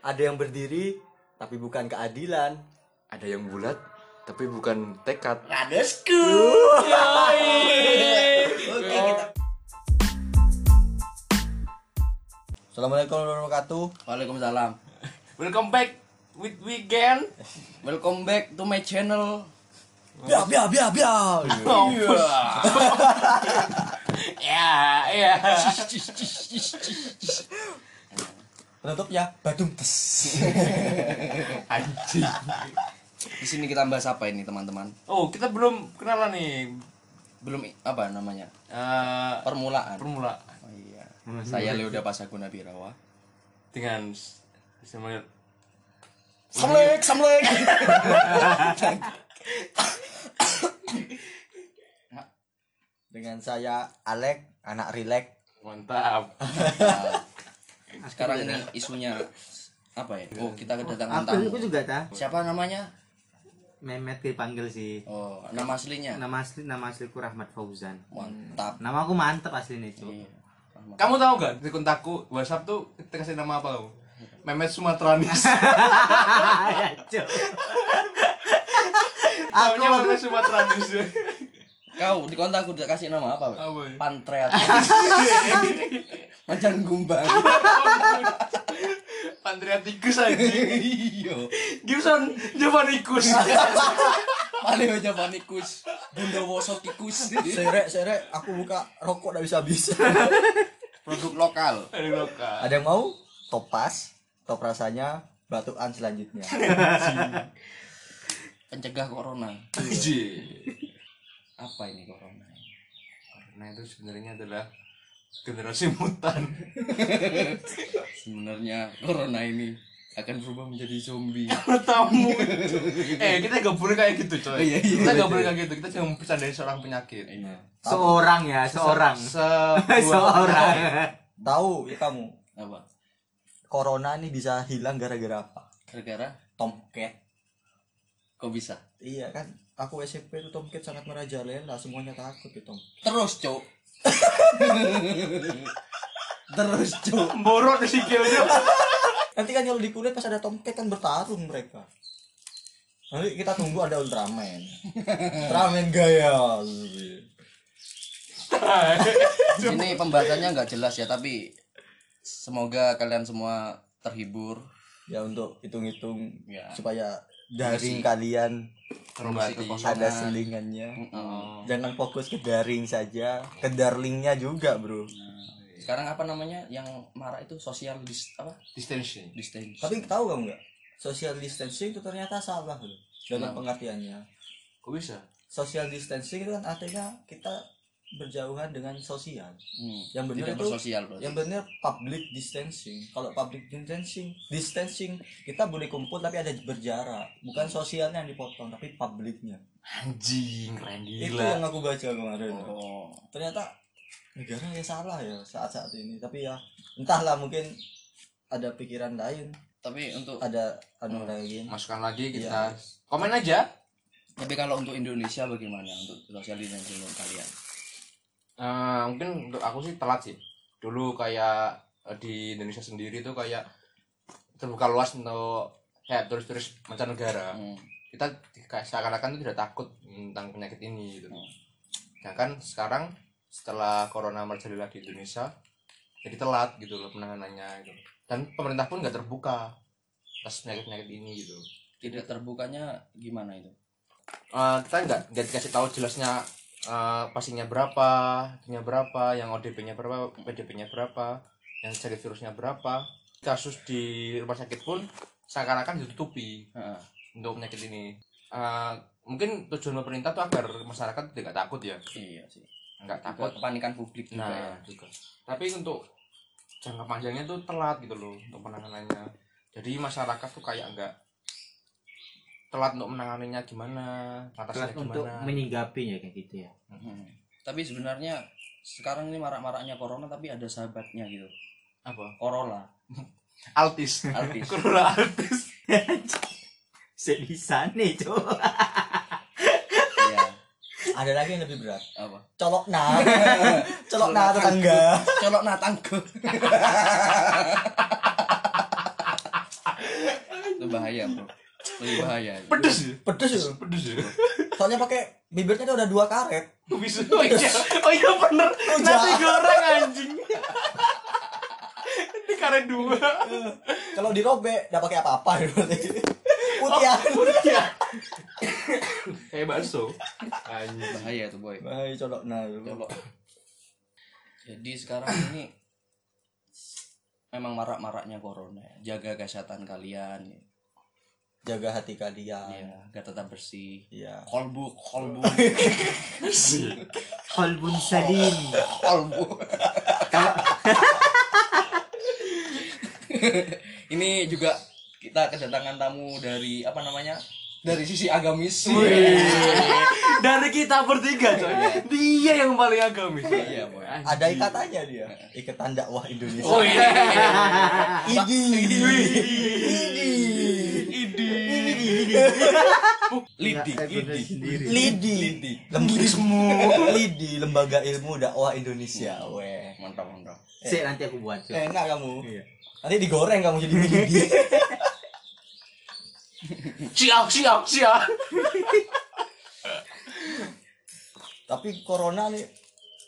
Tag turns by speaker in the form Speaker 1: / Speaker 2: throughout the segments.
Speaker 1: Ada yang berdiri tapi bukan keadilan.
Speaker 2: Ada yang bulat tapi bukan tekad.
Speaker 3: Radesku. Oke kita.
Speaker 1: Assalamualaikum warahmatullahi wabarakatuh.
Speaker 3: Waalaikumsalam. Welcome back with weekend. Welcome back to my channel.
Speaker 1: Bia bia bia bia.
Speaker 3: Oh, ya, ya.
Speaker 1: Penutupnya ya, badum tes.
Speaker 3: Anjing.
Speaker 4: Di sini kita bahas apa ini teman-teman?
Speaker 3: Oh, kita belum kenalan nih.
Speaker 4: Belum i- apa namanya?
Speaker 3: Eh,
Speaker 4: Permulaan.
Speaker 3: permulaan
Speaker 4: Oh, iya. Saya Leoda Pasaguna Birawa.
Speaker 3: dengan s- sama
Speaker 4: Samlek, samlek.
Speaker 1: Dengan saya Alek, anak rilek.
Speaker 3: mantap.
Speaker 4: Sekarang ini isunya apa ya? Oh, kita kedatangan
Speaker 5: Iya. Aku, aku
Speaker 4: tamu.
Speaker 5: juga ta.
Speaker 4: Siapa namanya?
Speaker 5: Memet dipanggil sih.
Speaker 4: Oh, nama aslinya.
Speaker 5: Nama asli nama asliku Rahmat Fauzan.
Speaker 4: Mantap.
Speaker 5: Nama aku mantep aslinya
Speaker 4: Iya.
Speaker 5: cuy.
Speaker 3: Kamu tahu nggak di kontakku WhatsApp tuh kita kasih nama apa kamu? Memet Sumatranis.
Speaker 5: Hahaha, cuy.
Speaker 3: Tahunya Memet Sumatranis.
Speaker 4: Kau di kontakku udah kasih nama apa? Pak?
Speaker 3: Apa ya?
Speaker 4: Pantreat. Macan gumbang.
Speaker 3: Pantria tikus aja.
Speaker 4: Iya.
Speaker 3: Gibson Javan tikus.
Speaker 4: Paling aja panikus. Bunda Woso tikus.
Speaker 1: Serek serek aku buka rokok enggak bisa habis.
Speaker 4: Produk lokal.
Speaker 3: Aduh lokal.
Speaker 1: Ada yang mau? Topas. Top rasanya batuan selanjutnya.
Speaker 4: Pencegah corona.
Speaker 3: Anjing.
Speaker 4: Apa ini corona?
Speaker 3: Nah itu sebenarnya adalah generasi mutan.
Speaker 4: sebenarnya corona ini akan berubah menjadi zombie
Speaker 3: Bertamu. eh kita gak boleh kayak gitu coy.
Speaker 4: Iya, iya,
Speaker 3: kita gak boleh kayak gitu. Kita jangan bercandain seorang penyakit.
Speaker 4: Iya.
Speaker 5: Seorang ya, seorang.
Speaker 3: Seorang.
Speaker 5: Seorang.
Speaker 1: Tahu ya kamu,
Speaker 4: apa
Speaker 1: corona ini bisa hilang gara-gara apa?
Speaker 4: gara-gara
Speaker 1: Tomcat.
Speaker 4: kok bisa
Speaker 1: Iya kan, aku SMP itu Tomcat sangat merajalela, semuanya takut ya itu.
Speaker 4: terus cok terus cok
Speaker 3: Borot si sikilnya.
Speaker 1: Nanti kan kalau di kulit pas ada Tomcat kan bertarung mereka. Nanti kita tunggu ada Ultraman. Ultraman gaya.
Speaker 4: ini pembahasannya nggak jelas ya tapi semoga kalian semua terhibur
Speaker 1: Ya untuk hitung-hitung
Speaker 4: Ya.
Speaker 1: supaya daring kalian
Speaker 4: Mengisi
Speaker 3: Terobati.
Speaker 4: kekosongan.
Speaker 1: ada selingannya.
Speaker 4: Mm-mm.
Speaker 1: Jangan fokus ke daring saja, ke darlingnya juga, Bro.
Speaker 4: sekarang apa namanya yang marah itu sosial dis apa
Speaker 3: Distancing.
Speaker 4: distance
Speaker 1: Tapi tahu kamu nggak? Social distancing itu ternyata salah loh dalam pengertiannya.
Speaker 3: Kok bisa?
Speaker 1: Social distancing itu kan artinya kita berjauhan dengan sosial.
Speaker 4: Hmm,
Speaker 1: Yang benar
Speaker 4: tidak
Speaker 1: itu
Speaker 4: bersosial berarti.
Speaker 1: yang benar public distancing kalau public distancing distancing kita boleh kumpul tapi ada berjarak bukan sosialnya yang dipotong tapi publiknya
Speaker 3: Anjing, keren
Speaker 1: itu
Speaker 3: gila.
Speaker 1: yang aku baca kemarin
Speaker 4: oh
Speaker 1: ternyata negara ya salah ya saat saat ini tapi ya entahlah mungkin ada pikiran lain
Speaker 4: tapi untuk
Speaker 1: ada anu lain
Speaker 3: Masukkan lagi
Speaker 1: Iya.
Speaker 3: kita komen aja.
Speaker 4: tapi kalau untuk Indonesia bagaimana untuk sosial distancing kalian
Speaker 3: Eh, mungkin untuk aku sih telat sih dulu kayak eh, di Indonesia sendiri tuh kayak terbuka luas untuk kayak turis-turis mancanegara
Speaker 4: Hmm.
Speaker 3: kita di- kayak seakan-akan tuh tidak takut tentang penyakit ini gitu sedangkan sekarang setelah corona merajalela di Indonesia jadi telat gitu loh penanganannya gitu dan pemerintah pun nggak terbuka atas penyakit-penyakit ini gitu
Speaker 4: tidak terbukanya gimana itu
Speaker 3: Eh, kita nggak nggak dikasih tahu jelasnya eh, pastinya berapa, nya berapa, yang ODP-nya berapa, PDP-nya berapa, yang jadi virusnya berapa. Kasus di rumah sakit pun seakan-akan ditutupi
Speaker 4: Heeh.
Speaker 3: untuk penyakit ini. Eh, mungkin tujuan pemerintah tuh agar masyarakat tidak takut ya,
Speaker 4: iya sih
Speaker 3: nggak
Speaker 4: takut
Speaker 3: takut.
Speaker 4: kepanikan publik juga ya
Speaker 3: Nah, juga. Tapi untuk jangka panjangnya tuh telat gitu loh untuk penanganannya. Jadi masyarakat tuh kayak nggak telat untuk menanganinya gimana,
Speaker 5: Kelas
Speaker 3: atasnya
Speaker 5: untuk
Speaker 3: gimana.
Speaker 5: menyinggapinya kayak gitu ya.
Speaker 4: Hmm. tapi sebenarnya sekarang ini marak-maraknya corona tapi ada sahabatnya gitu
Speaker 3: apa
Speaker 4: Corolla
Speaker 3: altis
Speaker 4: Altis.
Speaker 3: Corolla altis
Speaker 5: Sedih sana cuy.
Speaker 4: iya
Speaker 1: Ada lagi yang lebih berat.
Speaker 4: apa
Speaker 1: Colok nah. Colok nah tetangga.
Speaker 4: colok nah, natangku itu bahaya bro lebih bahaya
Speaker 3: pedes ya?
Speaker 1: Pedes ya.
Speaker 3: pedes ya
Speaker 1: Soalnya pakai bibirnya tuh udah dua karet.
Speaker 3: Kok bisa oh iya oh iya bener nasi goreng anjing ini karet dua
Speaker 1: Kalau dirobek enggak pakai apa-apa berarti. Oh, Putihan.
Speaker 3: ya kayak bakso anjing
Speaker 4: bahaya tuh boy
Speaker 1: Baik colok nah. Colok.
Speaker 4: colok jadi sekarang ini memang marak-maraknya corona ya. jaga kesehatan kalian
Speaker 1: Jaga hati kalian.
Speaker 4: ya gak tetap bersih
Speaker 1: Iya.
Speaker 4: kolbu kolbu
Speaker 5: Kolbun Sadin.
Speaker 4: kolbu ini juga kita kedatangan tamu dari apa namanya dari sisi agamis Iya.
Speaker 5: Dari kita bertiga coy. Dia yang paling agamis.
Speaker 4: iya boy
Speaker 1: Ada ikatannya dia. Ikatan dakwah Indonesia.
Speaker 3: oh iya
Speaker 1: Idi.
Speaker 4: lidik
Speaker 1: Iya,
Speaker 5: Lidik. Iya, sendiri.
Speaker 1: Lidi. Lembaga ilmu. Lidi, lembaga ilmu dakwah Indonesia. Weh.
Speaker 4: mantap mantap
Speaker 5: Sik nanti aku buat coy.
Speaker 1: Enak kamu.
Speaker 5: Iya.
Speaker 1: Nanti digoreng kamu jadi lidi.
Speaker 3: siap siap siap
Speaker 1: Tapi corona nih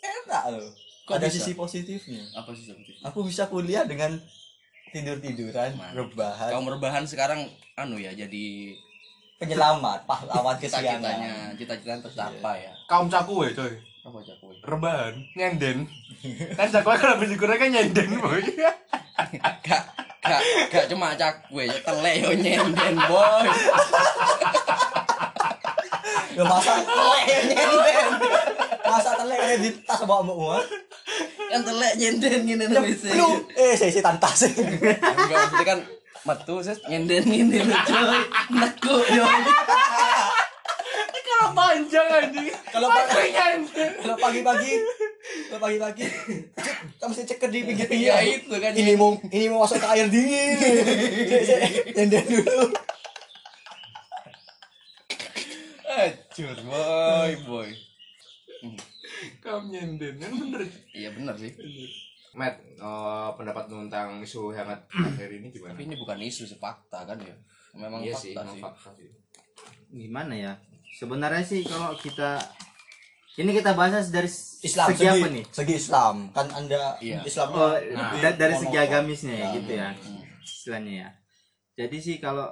Speaker 1: enak loh.
Speaker 4: Kok
Speaker 1: Ada
Speaker 4: bisa?
Speaker 1: sisi positifnya.
Speaker 4: apa sih seperti itu?
Speaker 1: Aku bisa kuliah dengan tidur-tiduran,
Speaker 4: Mantap.
Speaker 1: rebahan,
Speaker 4: kaum rebahan sekarang anu ya jadi
Speaker 1: penyelamat, pahlawan kesiangan. Iya.
Speaker 4: cita-citanya cita-cita tercapai ya
Speaker 3: kaum caku ya coy
Speaker 4: apa cakwe
Speaker 3: rebahan nyenden kan cakwe kalau habis digoreng kan nyenden boy
Speaker 4: gak gak gak cuma cakwe ya telek yo nyenden boy
Speaker 1: Ya masa telek nyenden. Masa telek kayak di tas bawa mau uang.
Speaker 4: kan telek nyenden ngene lho wis
Speaker 1: Lu eh saya setan tas.
Speaker 4: enggak maksudnya kan metu ses nyenden ngene lho coy neku yo
Speaker 3: kalau panjang anjing
Speaker 1: Kalau
Speaker 3: pasti nyenden
Speaker 1: Kalau pagi-pagi kalau pagi-pagi cek, kita mesti cek di pinggir
Speaker 4: iya
Speaker 1: pinggir
Speaker 4: itu kan
Speaker 1: ini mau ini mau masuk ke air dingin Cek, cek, nyenden dulu
Speaker 4: acur boy boy
Speaker 3: kaum nyenden yang bener
Speaker 4: iya benar sih
Speaker 3: Matt, eh, pendapat lu tentang isu hangat akhir ini gimana?
Speaker 4: tapi ini bukan isu sih fakta kan ya memang
Speaker 3: iya sih,
Speaker 4: fakta
Speaker 3: emang
Speaker 4: sih
Speaker 3: fakta sih.
Speaker 5: Gimana ya? Sebenarnya sih kalau kita ini kita bahas dari s-
Speaker 1: Islam
Speaker 5: segi apa nih?
Speaker 1: segi Nah, Islam kan anda
Speaker 4: Iya.
Speaker 1: Islam kan?
Speaker 5: Oh,
Speaker 1: lebih
Speaker 5: da- dari segi
Speaker 1: monokrom.
Speaker 5: agamisnya ya gitu ya.
Speaker 4: Hmm.
Speaker 5: Istilahnya ya. Jadi sih kalau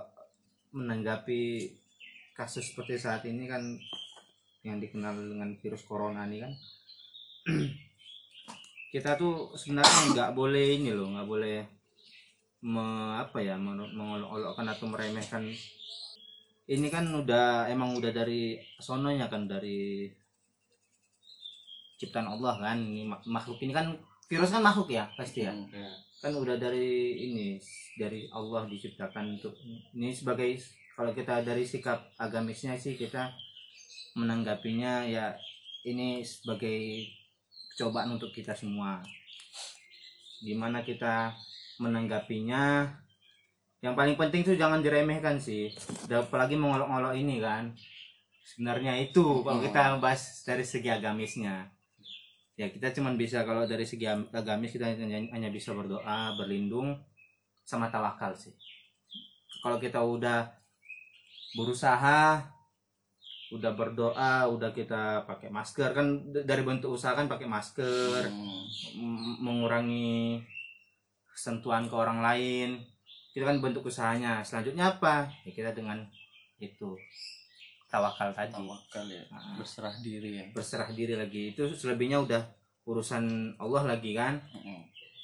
Speaker 5: menanggapi kasus seperti saat ini kan yang dikenal dengan virus corona ini kan kita tuh sebenarnya nggak boleh ini loh, nggak boleh me- apa ya men- mengolok-olokkan atau meremehkan ini kan udah emang udah dari sononya kan dari ciptaan Allah kan ini mak- makhluk ini kan virus kan makhluk ya pasti
Speaker 4: Hmm.
Speaker 5: ya
Speaker 3: Iya.
Speaker 5: kan udah dari ini dari Allah diciptakan untuk ini sebagai kalau kita dari sikap agamisnya sih kita menanggapinya ya ini sebagai cobaan untuk kita semua gimana kita menanggapinya yang paling penting tuh jangan diremehkan sih Dan apalagi mengolok-olok ini kan sebenarnya itu kalau
Speaker 4: Hmm.
Speaker 5: kita bahas dari segi agamisnya ya kita cuman bisa kalau dari segi am- agamis kita hanya, hanya bisa berdoa berlindung sama tawakal sih kalau kita udah berusaha udah berdoa udah kita pakai masker kan d- dari bentuk usaha kan pakai masker
Speaker 4: Hmm.
Speaker 5: m- mengurangi sentuhan ke orang lain itu kan bentuk usahanya selanjutnya apa ya kita dengan itu tawakal tadi
Speaker 4: tawakal ya
Speaker 5: Ah,
Speaker 4: berserah diri ya
Speaker 5: berserah diri lagi itu selebihnya udah urusan Allah lagi kan
Speaker 4: Mm-mm.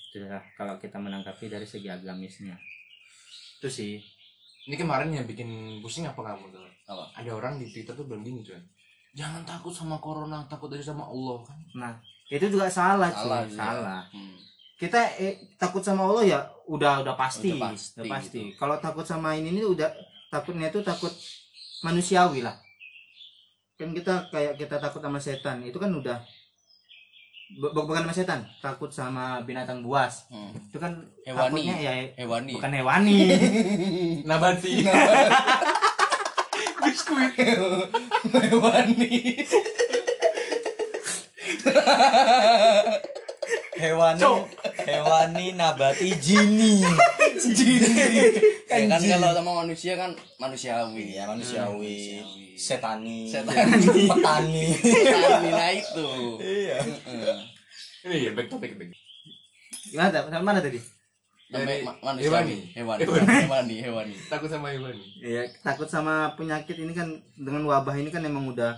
Speaker 5: Itulah kalau kita menanggapi dari segi agamisnya itu sih
Speaker 3: Ini kemarin yang bikin pusing apa kamu tuh?
Speaker 4: Apa?
Speaker 3: Ada orang di Twitter tuh bilang gini cuy. Jangan takut sama corona, takut aja sama Allah kan.
Speaker 5: itu juga salah cuy.
Speaker 4: Salah
Speaker 5: salah,
Speaker 4: juga. Hmm.
Speaker 5: kita eh, takut sama Allah ya udah udah pasti
Speaker 4: Udah pasti gitu.
Speaker 5: Udah pasti. kalau takut sama ini ini udah takutnya itu takut manusiawi lah kan kita kayak kita takut sama setan itu kan udah bu- bu- bukan sama setan takut sama binatang buas
Speaker 4: Hmm.
Speaker 5: itu kan
Speaker 4: Hewani.
Speaker 5: takutnya ya
Speaker 4: hewani
Speaker 5: bukan hewani
Speaker 3: Nabati.
Speaker 4: hewani
Speaker 1: hewani hewani nabati jini jini
Speaker 4: Ya kan kalau sama manusia kan manusiawi
Speaker 1: ya manusiawi setani
Speaker 4: Setani.
Speaker 1: petani
Speaker 4: Petani, nah itu
Speaker 1: iya
Speaker 4: Heeh.
Speaker 2: Ini ya back topic back.
Speaker 5: Gimana? Sampai mana tadi?
Speaker 4: sampai
Speaker 2: Dari
Speaker 4: ma- manusiawi hewani hewani hewani
Speaker 2: Takut sama Iwan.
Speaker 5: Iya, takut sama penyakit ini kan dengan wabah ini kan emang udah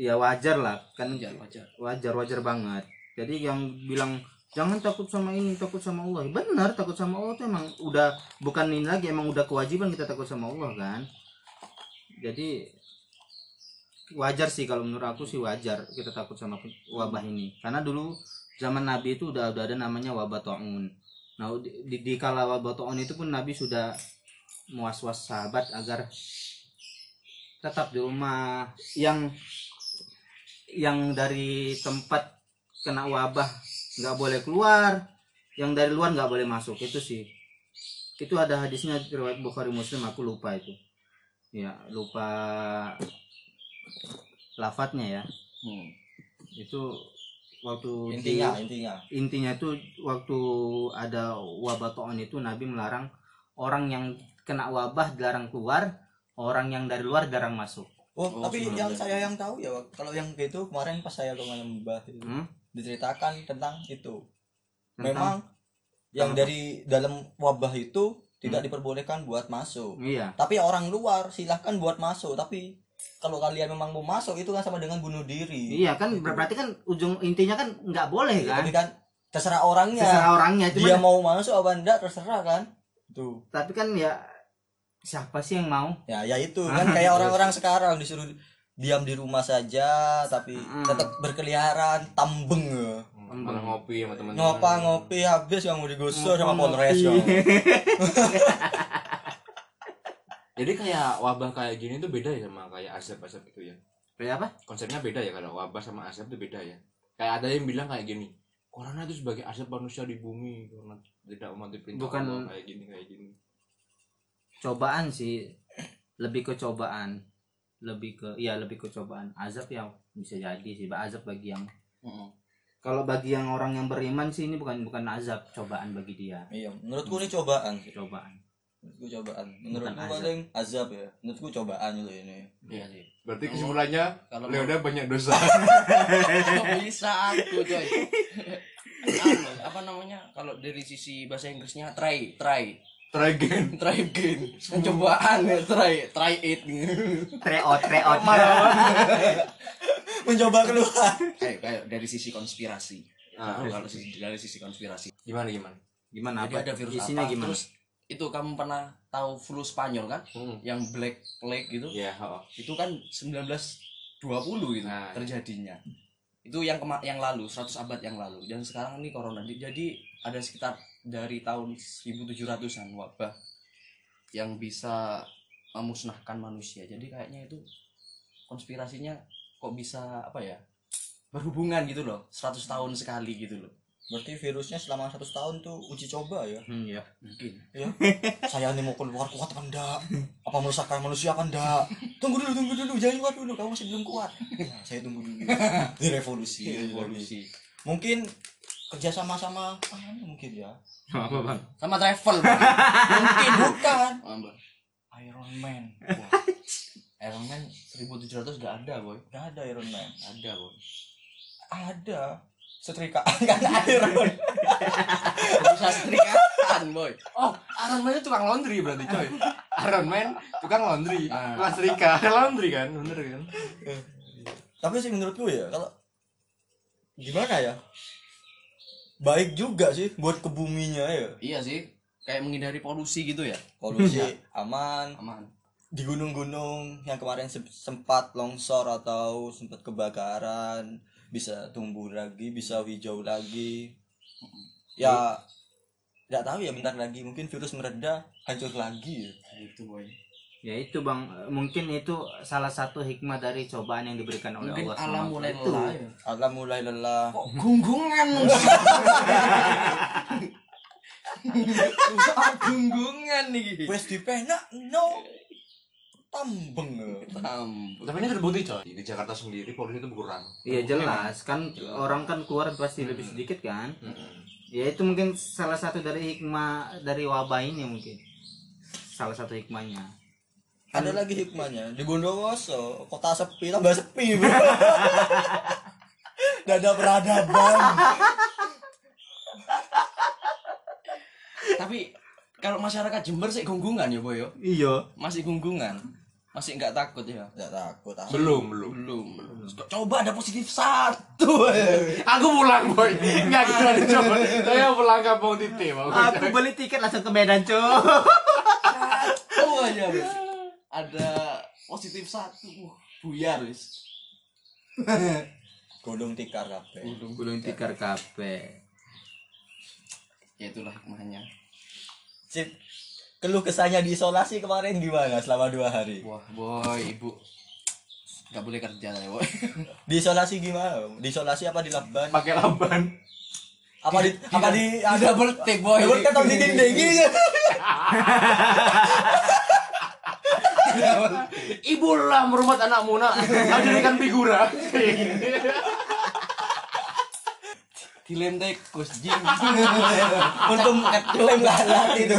Speaker 5: ya wajar lah kan
Speaker 4: wajar wajar
Speaker 5: wajar wajar banget jadi yang bilang jangan takut sama ini takut sama Allah Ya benar takut sama Allah tuh emang udah bukan ini lagi emang udah kewajiban kita takut sama Allah kan jadi wajar sih kalau menurut aku sih wajar kita takut sama pe- wabah ini karena dulu zaman Nabi itu udah udah ada namanya wabah taun nah di, di, di kala wabah taun itu pun Nabi sudah muaswas sahabat agar tetap di rumah yang yang dari tempat kena wabah nggak boleh keluar yang dari luar nggak boleh masuk itu sih itu ada hadisnya riwayat Bukhari Muslim aku lupa itu ya lupa lafadznya ya
Speaker 4: Hmm.
Speaker 5: itu waktu di-
Speaker 1: intinya intinya
Speaker 5: intinya itu waktu ada wabah toon itu Nabi melarang orang yang kena wabah dilarang keluar orang yang dari luar dilarang masuk
Speaker 1: Oh,
Speaker 4: Oh,
Speaker 1: tapi
Speaker 4: sebenarnya.
Speaker 1: yang saya yang tahu ya kalau yang gitu kemarin pas saya ke Mayembah itu
Speaker 5: Hmm?
Speaker 1: diceritakan tentang itu.
Speaker 5: Tentang-
Speaker 1: Memang yang
Speaker 5: Kenapa?
Speaker 1: dari dalam wabah itu
Speaker 5: Hmm.
Speaker 1: tidak diperbolehkan buat masuk.
Speaker 5: iya
Speaker 1: Tapi orang luar silahkan buat masuk, tapi kalau kalian memang mau masuk itu kan sama dengan bunuh diri.
Speaker 5: Iya kan ber- berarti kan ujung intinya kan nggak boleh kan
Speaker 1: Tapi kan terserah orangnya.
Speaker 5: terserah orangnya
Speaker 1: Dia
Speaker 5: cuman
Speaker 1: mau masuk apa enggak terserah kan. Tuh.
Speaker 5: tapi kan ya siapa sih yang mau
Speaker 1: Ya, ya itu kan
Speaker 5: Ah,
Speaker 1: kayak orang-orang sekarang disuruh diam di rumah saja tapi
Speaker 5: Mm.
Speaker 1: tetap berkeliaran tambeng. ya.
Speaker 3: Mana ngopi sama temen-temen
Speaker 1: ngopa ngopi habis yang mau digusur sama
Speaker 5: Ngopi.
Speaker 1: polres ya.
Speaker 3: Jadi kayak wabah kayak gini tuh beda ya sama kayak asap-asap itu ya
Speaker 5: kayak apa
Speaker 3: Konsepnya beda ya kalau wabah sama asap tuh beda ya Kayak ada yang bilang kayak gini Corona itu sebagai asap manusia di bumi Corona tidak umat diperintah
Speaker 5: Bukan-
Speaker 3: Allah, kayak gini kayak gini
Speaker 5: cobaan sih lebih ke cobaan lebih ke ya lebih ke cobaan azab ya bisa jadi sih azab bagi yang
Speaker 4: Mm-mm.
Speaker 5: kalau bagi yang orang yang beriman sih ini bukan bukan azab cobaan bagi dia
Speaker 1: Iya, menurutku ini cobaan. sih.
Speaker 5: cobaan
Speaker 1: Menurutku cobaan. Menurutku
Speaker 5: Bukan azab.
Speaker 1: paling azab ya. Menurutku cobaan dulu ini.
Speaker 4: iya sih
Speaker 3: Berarti kesimpulannya
Speaker 4: kalau mau-
Speaker 3: Leoda banyak dosa
Speaker 4: Kok bisa aku coy Anu, apa namanya kalau dari sisi bahasa Inggrisnya try try
Speaker 3: Try again
Speaker 4: try again pencobaan ya try try it
Speaker 5: treot treot
Speaker 1: Mencoba keluar.
Speaker 4: kayak kayak dari sisi konspirasi
Speaker 3: Ah,
Speaker 4: Kalau- kalau sisi- dari sisi konspirasi
Speaker 3: Gimana gimana?
Speaker 5: gimana
Speaker 4: jadi
Speaker 5: apa
Speaker 4: ada virus
Speaker 5: isinya
Speaker 4: apa
Speaker 5: gimana
Speaker 4: terus itu kamu pernah tahu flu Spanyol kan
Speaker 3: Hmm.
Speaker 4: yang black plague gitu
Speaker 3: Ya, oh.
Speaker 4: itu kan 1920 gitu
Speaker 3: Nah,
Speaker 4: terjadinya itu yang kema- yang lalu 100 abad yang lalu dan sekarang ini corona Di- jadi ada sekitar dari tahun 1700-an wabah yang bisa memusnahkan manusia jadi kayaknya itu konspirasinya kok bisa apa ya berhubungan gitu loh 100 tahun sekali gitu loh
Speaker 1: Berarti virusnya selama 100 tahun tuh uji coba ya.
Speaker 5: Hmm,
Speaker 4: iya.
Speaker 5: ya.
Speaker 4: mungkin
Speaker 1: Saya ini mau keluar kuat apa enggak? Apa merusakkan manusia apa enggak? Tunggu dulu, tunggu dulu. Jangan keluar dulu. Kamu masih belum kuat. Nah, saya tunggu dulu. Di revolusi.
Speaker 4: evolusi
Speaker 1: Mungkin kerja sama-sama ah, mungkin ya.
Speaker 5: apa bang
Speaker 4: sama travel mungkin
Speaker 1: Bukan.
Speaker 4: Mbak.
Speaker 1: Iron Man.
Speaker 4: Iron Man 1700 gak ada boy
Speaker 1: Enggak ada Iron Man.
Speaker 4: ada boy
Speaker 1: Ada. Setrikaan kan Iron.
Speaker 4: bisa setrikaan boy
Speaker 3: oh, Iron Man itu tukang laundry berarti coy. Iron Man tukang laundry.
Speaker 4: Ah.
Speaker 3: Mas Rika laundry kan, bener kan?
Speaker 1: tapi sih menurutku ya kalau gimana ya baik juga sih buat kebuminya ya
Speaker 4: Iya sih, kayak menghindari polusi gitu ya.
Speaker 1: polusi aman
Speaker 4: Aman.
Speaker 1: di gunung-gunung yang kemarin se- sempat longsor atau sempat kebakaran bisa tumbuh lagi bisa hijau lagi ya nggak tahu ya bentar lagi mungkin virus mereda hancur lagi ya.
Speaker 4: Gitu boy.
Speaker 5: ya itu bang mungkin itu salah satu hikmah dari cobaan yang diberikan oleh
Speaker 4: Mungkin
Speaker 5: Allah
Speaker 4: alam
Speaker 5: SWT.
Speaker 4: mulai
Speaker 5: Itu.
Speaker 4: lelah. ya.
Speaker 1: Allah mulai lelah
Speaker 4: Kok gunggungan? Soal gunggungan nih. gitu.
Speaker 1: wes di no tambeng
Speaker 4: Tam.
Speaker 3: Tapi ini terbukti coy. Di Jakarta sendiri polisi itu berkurang.
Speaker 5: Iya jelas kan
Speaker 4: Jelas.
Speaker 5: orang kan keluar pasti lebih
Speaker 3: Hmm.
Speaker 5: sedikit kan.
Speaker 3: Mm-mm.
Speaker 5: Ya itu mungkin salah satu dari hikmah dari wabah ini mungkin. Salah satu hikmahnya.
Speaker 1: ada lagi hikmahnya di Bondowoso kota sepi tambah sepi bro dada peradaban
Speaker 4: Tapi kalau masyarakat Jember sih gunggungan ya, Boyo.
Speaker 5: Iya.
Speaker 4: Masih gunggungan. Masih nggak takut ya.
Speaker 1: nggak takut ah.
Speaker 3: Belum, belum.
Speaker 4: Belum, belum. Coba ada positif satu. eh.
Speaker 3: Aku pulang boy. Enggak gitu aja coba. Saya pulang kampung titik mau.
Speaker 5: Aku beli tiket langsung ke Medan, Cok.
Speaker 4: Satu aja, Wis. Ada positif satu. Wah, Buyar, wis.
Speaker 1: godong tikar kabeh
Speaker 5: Gulung tikar kafe.
Speaker 4: Ya itulah hikmahnya.
Speaker 1: sip keluh kesahnya di isolasi kemarin gimana selama dua hari
Speaker 4: Wah, boy, ibu nggak boleh kerja ya, boy.
Speaker 1: di isolasi gimana di isolasi apa di lakban
Speaker 3: Pakai lamban.
Speaker 1: apa di apa di ada
Speaker 4: double take, boy.
Speaker 1: double tap atau di dinding gini ya?
Speaker 3: Ibu lah merumah anakmu nak. Ada ikan figura.
Speaker 4: Dilem tekus jing.
Speaker 1: untung lem lalat itu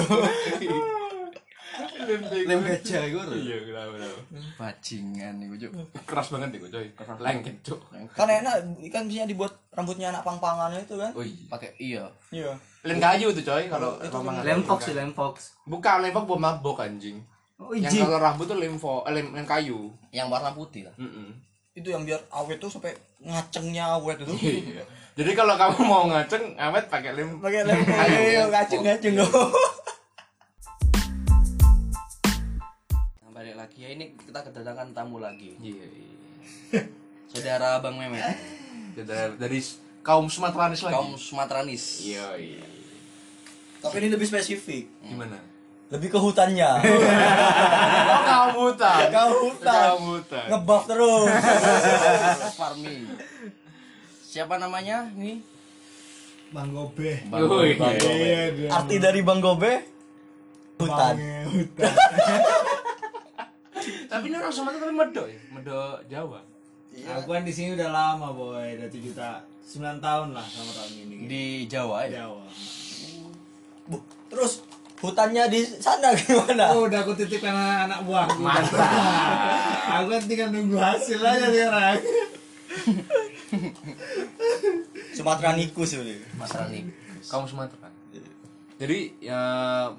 Speaker 4: Lem gajah iku. lho.
Speaker 3: Iya, kenapa, kenapa.
Speaker 4: Bajingan iku, Cuk.
Speaker 3: Keras banget iku coy. Lengket cuk.
Speaker 1: kan enak kan bisa dibuat rambutnya anak pang-pangan itu kan
Speaker 3: Oh iya.
Speaker 4: Pakai iya.
Speaker 1: iya
Speaker 3: Lem kayu tuh coy kalau
Speaker 1: Itu
Speaker 3: rombongan.
Speaker 5: Lempox sih lempox.
Speaker 3: Bukan lemfok buat mabok anjing.
Speaker 5: Oh,
Speaker 3: Yang
Speaker 5: ijing.
Speaker 3: kalau rambut tuh lemfo, eh, lem, lem kayu.
Speaker 4: Yang warna putih lah.
Speaker 3: Mm-mm.
Speaker 1: itu yang biar awet tuh sampai ngacengnya awet itu
Speaker 3: Iya. Jadi kalau kamu mau ngaceng, awet pakai lem.
Speaker 1: pakai lem
Speaker 3: Ayo,
Speaker 1: ayo ngaceng ngaceng
Speaker 4: Nah, balik lagi ya ini kita kedatangan tamu lagi.
Speaker 3: Iya. iya.
Speaker 4: Saudara Bang Memet,
Speaker 3: Dari, dari kaum Sumatranis lagi.
Speaker 4: kaum Sumatranis.
Speaker 3: Iya, iya.
Speaker 1: tapi ini lebih spesifik
Speaker 3: Gimana?
Speaker 1: lebih ke hutannya
Speaker 3: Oh, kaum hutan.
Speaker 1: Kaum hutan.
Speaker 3: Kaum hutan.
Speaker 1: ngebuff terus
Speaker 4: Farming. Siapa namanya? Nih.
Speaker 6: Bang Gobe.
Speaker 4: Bang
Speaker 3: Yoi.
Speaker 4: Bang Gobe.
Speaker 6: Iya, dia
Speaker 1: arti dari bang gobe hutan
Speaker 6: bangnya hutan.
Speaker 3: Tapi ini orang Sumatera tapi medok ya? Medok Jawa.
Speaker 6: Aku kan di sini udah lama, boy. Udah tujuh ta- sembilan tahun lah sama tahun ini.
Speaker 4: Di Jawa ya.
Speaker 6: Jawa.
Speaker 1: Bu, terus hutannya di sana gimana
Speaker 6: Oh, udah aku titipkan anak buah. aku kan tinggal nunggu hasil aja sekarang.
Speaker 1: Sumatera nikus ini
Speaker 4: Mas Rani.
Speaker 3: Kaum Sumatera. kan? Jadi ya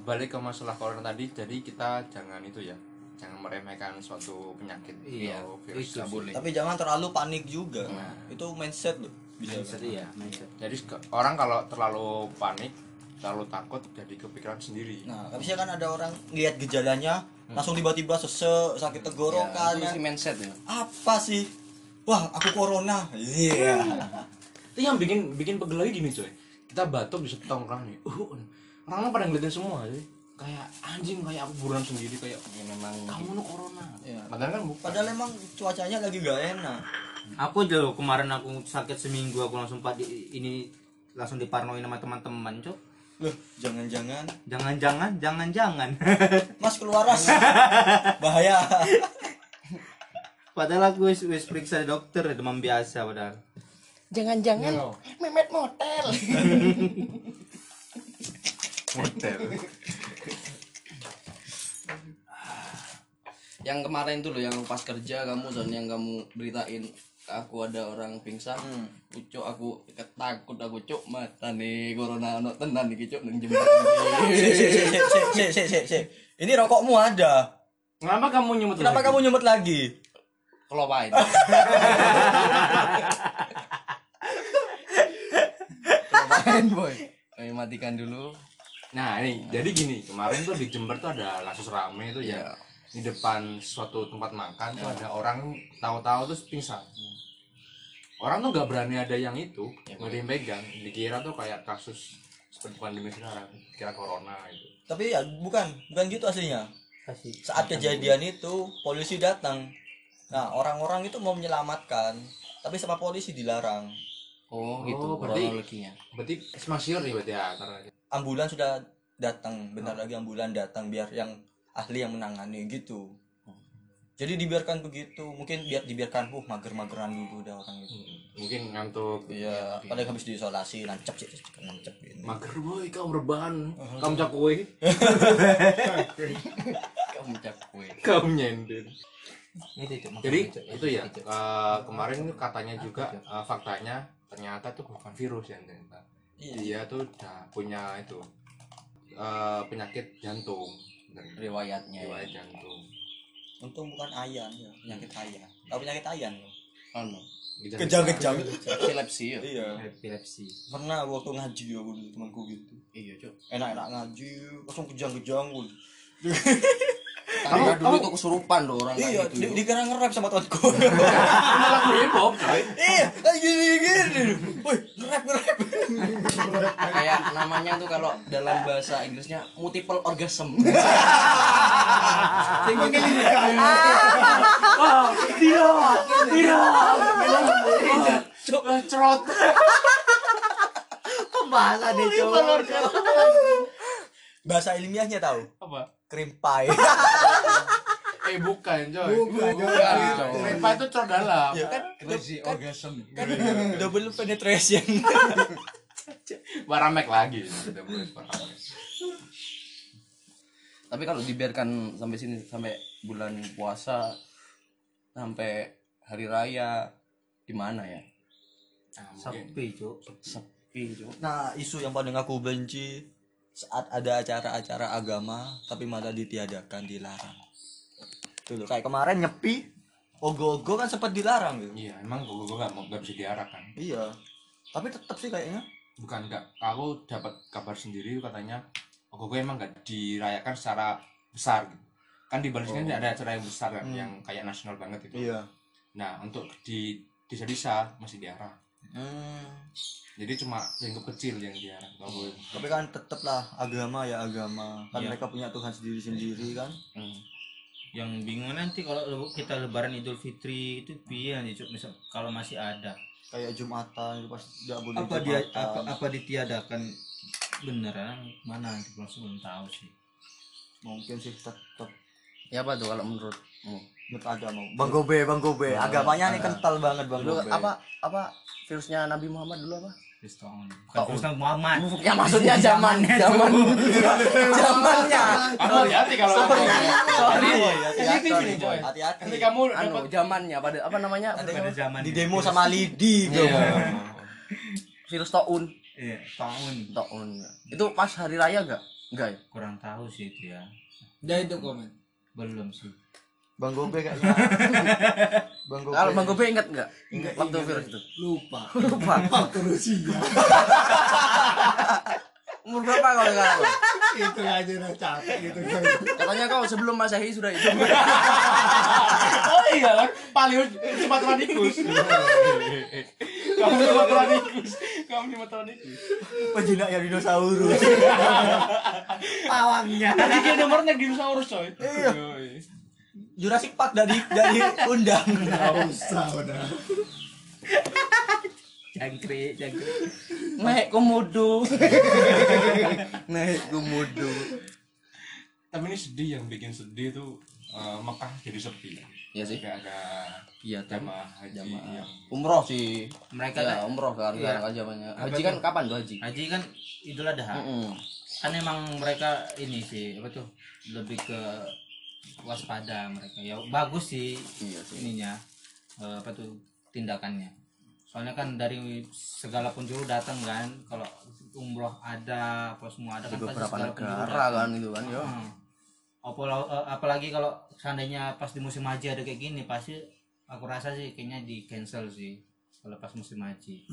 Speaker 3: balik ke masalah corona tadi, jadi kita jangan itu ya, jangan meremehkan suatu penyakit
Speaker 5: Iya,
Speaker 3: atau virus.
Speaker 5: itu sih.
Speaker 1: tapi jangan terlalu panik juga itu mindset loh bisa
Speaker 5: Mindset, iya, mindset.
Speaker 3: Jadi ke- orang kalau terlalu panik, terlalu takut, jadi kepikiran sendiri.
Speaker 1: nah bisa kan ada orang lihat gejalanya langsung tiba-tiba sesek sakit tenggorokan
Speaker 4: Itu si mindset ya.
Speaker 1: apa sih wah aku corona iya
Speaker 3: Itu yang bikin bikin pegel lagi gini coy. Kita batuk bisa tongkrong nih. Uh, orang pada ngeliatin semua coy. Kayak anjing kayak aku buruan sendiri kayak
Speaker 4: memang
Speaker 3: kamu nu corona.
Speaker 1: Iya.
Speaker 3: Padahal kan bukan.
Speaker 1: padahal emang cuacanya lagi gak enak
Speaker 5: Aku dulu kemarin aku sakit seminggu aku langsung padi ini langsung diparnoin sama teman-teman, Cok.
Speaker 1: loh jangan-jangan
Speaker 5: Jangan-jangan, jangan-jangan.
Speaker 1: mas keluar Mas. bahaya
Speaker 5: padahal aku wis wis periksa di dokter demam biasa padahal.
Speaker 7: Jangan-jangan Mehmet motel.
Speaker 3: Model.
Speaker 4: yang kemarin tuh loh yang pas kerja kamu dan yang kamu beritain aku ada orang pingsan
Speaker 1: Hmm.
Speaker 4: Ucok aku ketakut aku cuk mata nih corona ono tenan iki cuk nang jembat
Speaker 1: si si si si si si si si, si. ini rokokmu ada
Speaker 3: Kenapa kamu nyemut
Speaker 1: kenapa
Speaker 3: lagi?
Speaker 1: kamu nyumet lagi
Speaker 4: kelopain kelopain boy kami matikan dulu
Speaker 3: Nah ini jadi gini kemarin tuh di Jember tuh ada kasus rame tuh ya
Speaker 4: Iya.
Speaker 3: di depan suatu tempat makan tuh ada orang tahu-tahu terus pingsan. Orang tuh nggak berani ada yang itu
Speaker 4: Ya,
Speaker 3: nggak ada yang pegang. Dikira tuh kayak kasus seperti pandemi sekarang kira corona gitu. itu.
Speaker 1: tapi ya bukan bukan gitu aslinya
Speaker 5: Kasih.
Speaker 1: saat kejadian itu polisi datang nah orang-orang itu mau menyelamatkan tapi sama polisi dilarang
Speaker 4: oh gitu
Speaker 3: Oh, berarti-
Speaker 4: kronologinya
Speaker 3: Berarti smasir nih berarti ya karena
Speaker 1: ambulan sudah Oh. datang bentar lagi ambulan datang biar yang ahli yang menangani gitu jadi dibiarkan begitu mungkin biar dibiarkan uh mager-mageran dulu dah orang itu
Speaker 3: mungkin ngantuk
Speaker 1: iya paling habis diisolasi nancep sih nancep gitu. ini
Speaker 3: mager boy kamu rebahan kamu cakwe
Speaker 4: kamu cap kue
Speaker 3: kamu nyender
Speaker 5: Itu, itu,
Speaker 3: jadi
Speaker 5: makanya
Speaker 3: itu ya eh, kemarin tuh katanya juga eh, faktanya ternyata tuh bukan virus ya ternyata
Speaker 1: Iya,
Speaker 3: dia tuh Iya, udah punya itu eh, penyakit jantung sebenarnya.
Speaker 4: riwayatnya ya.
Speaker 3: riwayat jantung
Speaker 1: untung bukan ayan ya penyakit ayan tahu penyakit ayan lo
Speaker 4: anu
Speaker 3: Gitu.
Speaker 1: Iya. kejang-kejang
Speaker 4: epilepsi ya
Speaker 1: iya
Speaker 5: epilepsi
Speaker 1: pernah waktu ngaji ya gue dulu temanku gitu
Speaker 4: iya cok
Speaker 1: enak-enak ngaji langsung kejang-kejang gue
Speaker 4: kamu dulu tuh kesurupan loh orang
Speaker 1: iya di,
Speaker 4: kayak gitu
Speaker 1: dikira ngerap sama tuanku
Speaker 3: malah hip-hop, coy.
Speaker 1: iya kayak gini-gini woi ngerap ngerap
Speaker 4: kayak namanya tuh kalau dalam bahasa Inggrisnya multiple orgasm
Speaker 6: Tinggi kali ini kan.
Speaker 5: pembahasan itu
Speaker 1: bahasa ilmiahnya tahu
Speaker 3: Apa?
Speaker 1: krim pie
Speaker 3: eh bukan coy bukan
Speaker 6: Bukan, bukan.
Speaker 3: coy. Repa itu cor dalam
Speaker 1: ya kan
Speaker 2: Crazy orgasm.
Speaker 1: double penetration
Speaker 3: baramek lagi sudah mulai baramek
Speaker 4: tapi kalau dibiarkan sampai sini sampai bulan puasa sampai hari raya di mana ya
Speaker 3: Nah, mungkin.
Speaker 5: sepi cuk
Speaker 4: sepi cok
Speaker 1: Nah, isu yang paling aku benci saat ada acara-acara agama tapi malah ditiadakan, dilarang. Tuh loh, kayak kemarin nyepi, ogo-ogo kan sempat dilarang gitu.
Speaker 3: iya emang gue gue gak mau gak bisa diarahkan
Speaker 1: Iya. Tapi tetap sih kayaknya.
Speaker 3: bukan gak aku dapat kabar sendiri katanya oh gue emang gak dirayakan secara besar kan di Bali sini ada acara yang besar kan
Speaker 1: Hmm. Iya.
Speaker 3: yang kayak nasional banget itu nah untuk di desa-desa masih diarah
Speaker 1: Hmm,
Speaker 3: jadi cuma lingkup kecil yang diarah kalau gue
Speaker 1: tapi kan tetap lah agama ya agama. Kan mereka punya Tuhan sendiri-sendiri kan.
Speaker 5: yang bingung nanti kalau le- kita lebaran Idul Fitri itu piye nanti cuk misal kalau masih ada
Speaker 1: Kayak Jumatan itu pas nggak boleh
Speaker 5: apa dia
Speaker 1: Jumatan.
Speaker 5: apa, apa ditiadakan beneran mana nanti langsung belum tahu sih
Speaker 1: Mungkin sih tetap
Speaker 4: ya apa tuh kalau menurutmu
Speaker 1: menurut agama. Iya. Bang Gobe, Bang Gobe. Agamanya ini kental banget Bang
Speaker 4: dulu
Speaker 1: Gobe.
Speaker 4: apa apa virusnya Nabi Muhammad dulu apa
Speaker 5: Kristen bukan Kristen Muhammad
Speaker 4: ya maksudnya zaman zaman zamannya
Speaker 3: hati hati kalau ngomong
Speaker 1: Iya, Sorry,
Speaker 3: Hati-hati sini, coy.
Speaker 1: Hati-hati.
Speaker 3: nanti kamu
Speaker 4: anu
Speaker 3: dapat
Speaker 4: zamannya pada apa namanya
Speaker 1: Ada
Speaker 5: pada
Speaker 1: yang
Speaker 5: zaman
Speaker 1: di
Speaker 5: itu.
Speaker 1: demo sama Lidi gitu.
Speaker 3: iya
Speaker 4: virus taun
Speaker 5: iya tahun
Speaker 4: taun itu pas hari raya gak enggak ya
Speaker 5: kurang tahu sih itu ya
Speaker 6: Udah itu komen.
Speaker 5: belum sih
Speaker 1: Bang Gobe kayaknya. Bang Gobe.
Speaker 4: kalau bang Gobe inget nggak
Speaker 6: Ingat,
Speaker 4: waktu
Speaker 6: ingat.
Speaker 4: virus itu
Speaker 6: Lupa.
Speaker 4: lupa
Speaker 6: Waktu Rusia.
Speaker 4: umur berapa kau sekarang
Speaker 6: Itu aja udah capek gitu kan.
Speaker 4: katanya kau sebelum masehi sudah itu
Speaker 3: oh iya kan paleo cepat radikus kamu cepat radikus kamu cepat radikus
Speaker 1: penjinak ya dinosaurus.
Speaker 6: Pawangnya.
Speaker 3: tadi dia nomornya dinosaurus coy iya
Speaker 1: Jurassic Park dari dari undang.
Speaker 6: Gak usah udah.
Speaker 5: jangkrik jangkrik
Speaker 4: naik komodo naik komodo
Speaker 3: tapi ini sedih yang bikin sedih tuh eh, Mekah jadi sepi
Speaker 4: Iya sih.
Speaker 3: Nggak ada
Speaker 4: iya tema
Speaker 3: jamaah haji
Speaker 4: jamaah
Speaker 3: yang
Speaker 4: umroh sih ya
Speaker 5: mereka kan
Speaker 4: umroh kan
Speaker 5: Iya.
Speaker 4: kan zamannya
Speaker 5: Apa
Speaker 4: haji kan
Speaker 5: tuh?
Speaker 4: kapan tuh haji
Speaker 5: haji kan Idul Adha
Speaker 4: Mm-mm.
Speaker 5: kan emang mereka ini sih apa tuh lebih ke waspada mereka ya bagus sih
Speaker 4: iya sih
Speaker 5: ininya eh, apa tuh tindakannya soalnya kan dari segala penjuru datang kan kalau umroh ada apa semua ada
Speaker 4: di
Speaker 5: kan pasti
Speaker 4: beberapa
Speaker 5: segala penjuru
Speaker 4: negara
Speaker 5: datang.
Speaker 4: kan gitu kan ya
Speaker 5: Hmm. Apalau- eh, apalagi kalau seandainya pas di musim haji ada kayak gini pasti aku rasa sih kayaknya di cancel sih kalau pas musim haji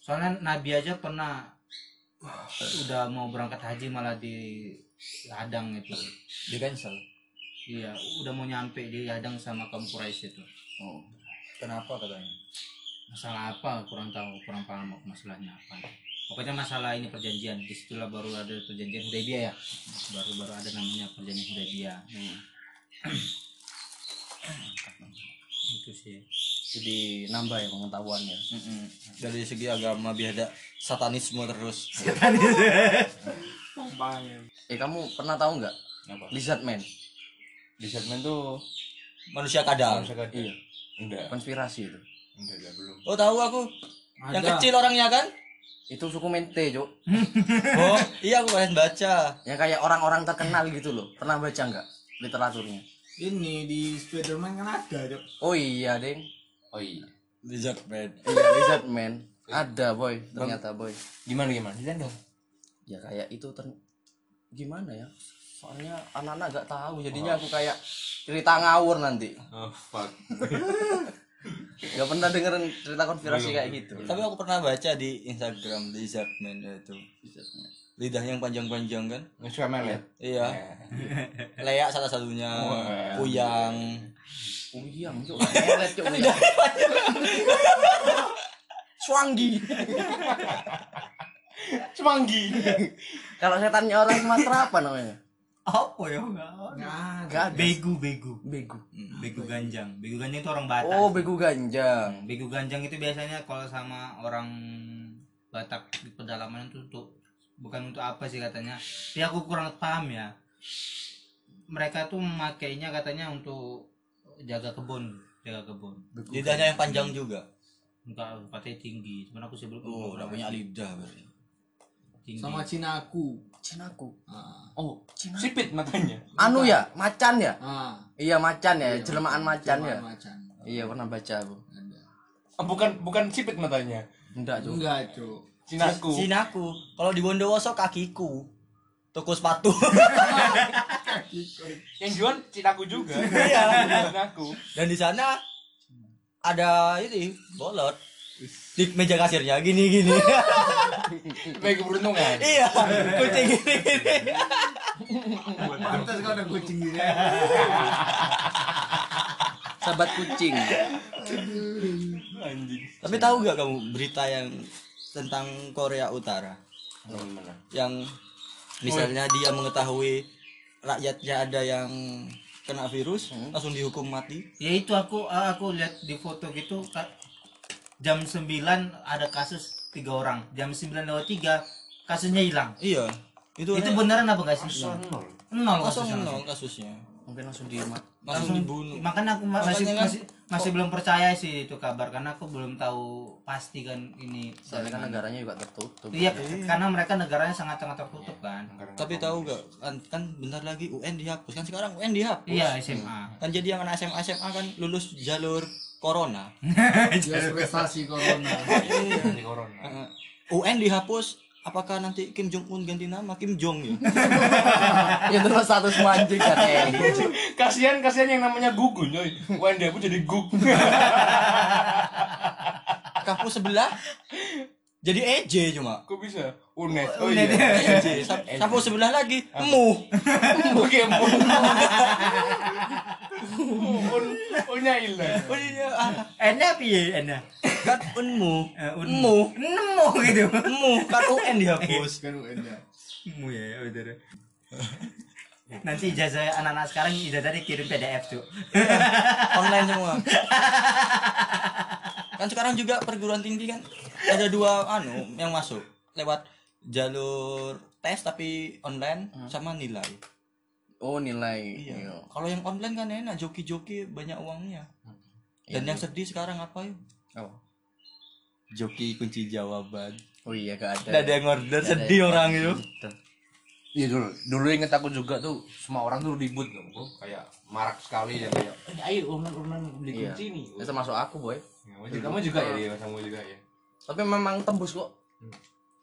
Speaker 5: soalnya nabi aja pernah udah mau berangkat haji malah di ladang itu
Speaker 4: di cancel
Speaker 5: iya udah mau nyampe di ladang sama kaum Quraisy itu
Speaker 4: oh.
Speaker 6: Kenapa katanya?
Speaker 5: masalah apa kurang tahu kurang paham aku masalahnya apa pokoknya masalah ini perjanjian disitulah baru ada perjanjian Hudaybiyah ya baru baru ada namanya perjanjian Nah. Hudaybiyah itu sih
Speaker 4: jadi nambah ya pengetahuannya
Speaker 1: Dari segi agama biar ada satanisme terus.
Speaker 6: Pembangin.
Speaker 4: eh kamu pernah tahu nggak
Speaker 3: apa
Speaker 4: lizard man
Speaker 3: di segmen tuh
Speaker 1: manusia kadal.
Speaker 3: Manusia kadal.
Speaker 4: Iya.
Speaker 3: Enggak.
Speaker 4: konspirasi itu
Speaker 3: Enggak, enggak, belum.
Speaker 1: Oh tahu aku, yang kecil orangnya kan?
Speaker 4: itu suku mente cok
Speaker 1: Oh iya aku kalian baca.
Speaker 4: yang Ya, kayak orang-orang terkenal gitu loh pernah baca nggak literaturnya
Speaker 6: ini di Spiderman kan ada cok
Speaker 4: oh iya deng
Speaker 3: Oh iya.
Speaker 1: Lizard man.
Speaker 4: iya lizard man ada boy ternyata boy
Speaker 3: Gimana gimana? Dilihat enggak?
Speaker 4: ya kayak itu ter... gimana ya soalnya anak-anak nggak tahu jadinya aku kayak cerita ngawur nanti
Speaker 3: Oh fuck.
Speaker 4: nggak pernah dengerin cerita konspirasi kayak gitu
Speaker 1: Tapi aku pernah baca di Instagram lizard man itu. Lidah yang panjang-panjang kan?
Speaker 3: Nggak suka ya? melet.
Speaker 1: Iya. Oh, Leak salah satunya. Puyang.
Speaker 4: uyang cok melet cok uyang Swangi.
Speaker 3: Cemanggi.
Speaker 4: Kalau setannya orang Sumatera apa namanya?
Speaker 5: Apa ya? Nggak ada.
Speaker 4: Gak ada.
Speaker 5: Begu, begu.
Speaker 4: Begu.
Speaker 1: Hmm.
Speaker 5: Begu ganjang. Begu ganjang itu orang Batak.
Speaker 4: Oh, begu ganjang.
Speaker 5: Hmm, Begu ganjang itu biasanya kalau sama orang Batak di pedalaman itu untuk bukan untuk apa sih katanya. Tapi aku kurang paham ya. Mereka tuh memakainya katanya untuk jaga kebun, jaga kebun.
Speaker 1: Lidahnya yang panjang juga.
Speaker 5: Enggak, katanya tinggi. Cuman aku sebelum
Speaker 1: Oh, udah punya lidah berarti.
Speaker 5: tinggi.
Speaker 6: sama Cina aku.
Speaker 4: Cinaku.
Speaker 6: Ah.
Speaker 4: Oh, Cina.
Speaker 3: Sipit matanya.
Speaker 4: Anu ya, macan ya?
Speaker 6: Ah,
Speaker 4: Iya, macan ya,
Speaker 6: Iya,
Speaker 4: jelmaan macan ya.
Speaker 6: cuma Macan.
Speaker 4: Iya, pernah baca aku.
Speaker 6: Ada.
Speaker 3: Ah, bukan bukan sipit matanya.
Speaker 4: Enggak, Cuk.
Speaker 6: Enggak, Cuk.
Speaker 3: Cinaku.
Speaker 1: Sinaku. Kalau di Bondowoso kakiku. Toko sepatu.
Speaker 3: Yang jual Cinaku juga.
Speaker 1: Iya.
Speaker 3: Cinaku.
Speaker 1: Dan di sana ada ini bolot. Di meja kasirnya gini gini.
Speaker 3: Bagi peruntungan.
Speaker 1: iya. Kucing gini gini.
Speaker 6: Pantas kau ada kucing gitu ya.
Speaker 4: Sahabat kucing.
Speaker 3: Anjing.
Speaker 1: Tapi tahu gak kamu berita yang tentang Korea Utara?
Speaker 3: Gimana?
Speaker 1: Yang misalnya dia mengetahui rakyatnya ada yang kena virus langsung dihukum mati.
Speaker 5: ya itu aku aku lihat di foto gitu ka- jam 9 ada kasus tiga orang jam 9 lewat 3 kasusnya hilang
Speaker 1: Iya. Itu
Speaker 5: itu beneran apa nggak sih
Speaker 3: Son nol.
Speaker 5: nol
Speaker 1: langsung
Speaker 5: kasusnya
Speaker 1: nol kasusnya.
Speaker 4: Mungkin langsung di ma-
Speaker 1: Langsung dibunuh.
Speaker 5: makanya aku ma- masih
Speaker 1: Makanya kan-
Speaker 5: masih, masih belum percaya sih itu kabar karena aku belum tahu pasti kan ini
Speaker 4: soalnya kan negaranya juga tertutup.
Speaker 5: iya karena mereka negaranya sangat sangat tertutup kan
Speaker 1: Tapi tahu gak kan, kan bentar lagi UN dihapus kan sekarang UN dihapus.
Speaker 5: iya SMA
Speaker 1: Kan jadi yang anak SMA SMA kan lulus jalur corona.
Speaker 6: Dia prestasi corona.
Speaker 3: Dari corona.
Speaker 1: Eh, UN dihapus apakah nanti Kim Jong Un ganti nama Kim Jong ya?
Speaker 4: Ya terus status manjing kan ya.
Speaker 3: Kasihan kasihan yang namanya gugun coy. Wanda pun jadi gug.
Speaker 1: Kampus sebelah jadi EJ cuma.
Speaker 3: Kok bisa? Unet. Oh iya.
Speaker 1: EJ. Sam- Kampus sebelah lagi mu.
Speaker 3: Oke, mun. Mun. Punya ilah.
Speaker 1: Oh iya, ah,
Speaker 5: enak piye enak
Speaker 1: Kan unmu.
Speaker 5: Eh, un-
Speaker 1: Mu.
Speaker 5: nemu gitu
Speaker 1: Mu kan UN dihapus.
Speaker 6: Kan udah.
Speaker 5: Mu ya, ya betul. Nanti ijazah anak-anak sekarang ijazah dikirim PDF tuh.
Speaker 1: online semua kan sekarang juga perguruan tinggi kan ada dua anu yang masuk lewat jalur tes tapi online sama nilai
Speaker 4: Oh, nilai.
Speaker 1: Hmm. iya kalau yang online kan enak joki-joki banyak uangnya dan yang sedih sekarang apa ya
Speaker 4: Apa?
Speaker 1: joki kunci jawaban
Speaker 4: Oh iya,
Speaker 1: Nggak
Speaker 4: gak ada.
Speaker 1: ada yang order sedih orang itu
Speaker 3: Iya dulu, dulu inget aku juga tuh semua orang tuh ribut loh, Bu. kayak marak sekali ya kayak, "Eh, ayo urunan urunan beli
Speaker 4: Iya.
Speaker 3: kunci nih.
Speaker 4: Ya, termasuk aku, boy.
Speaker 3: Kamu juga, kamu juga ya, Dewa? kamu juga ya.
Speaker 4: Tapi memang tembus kok.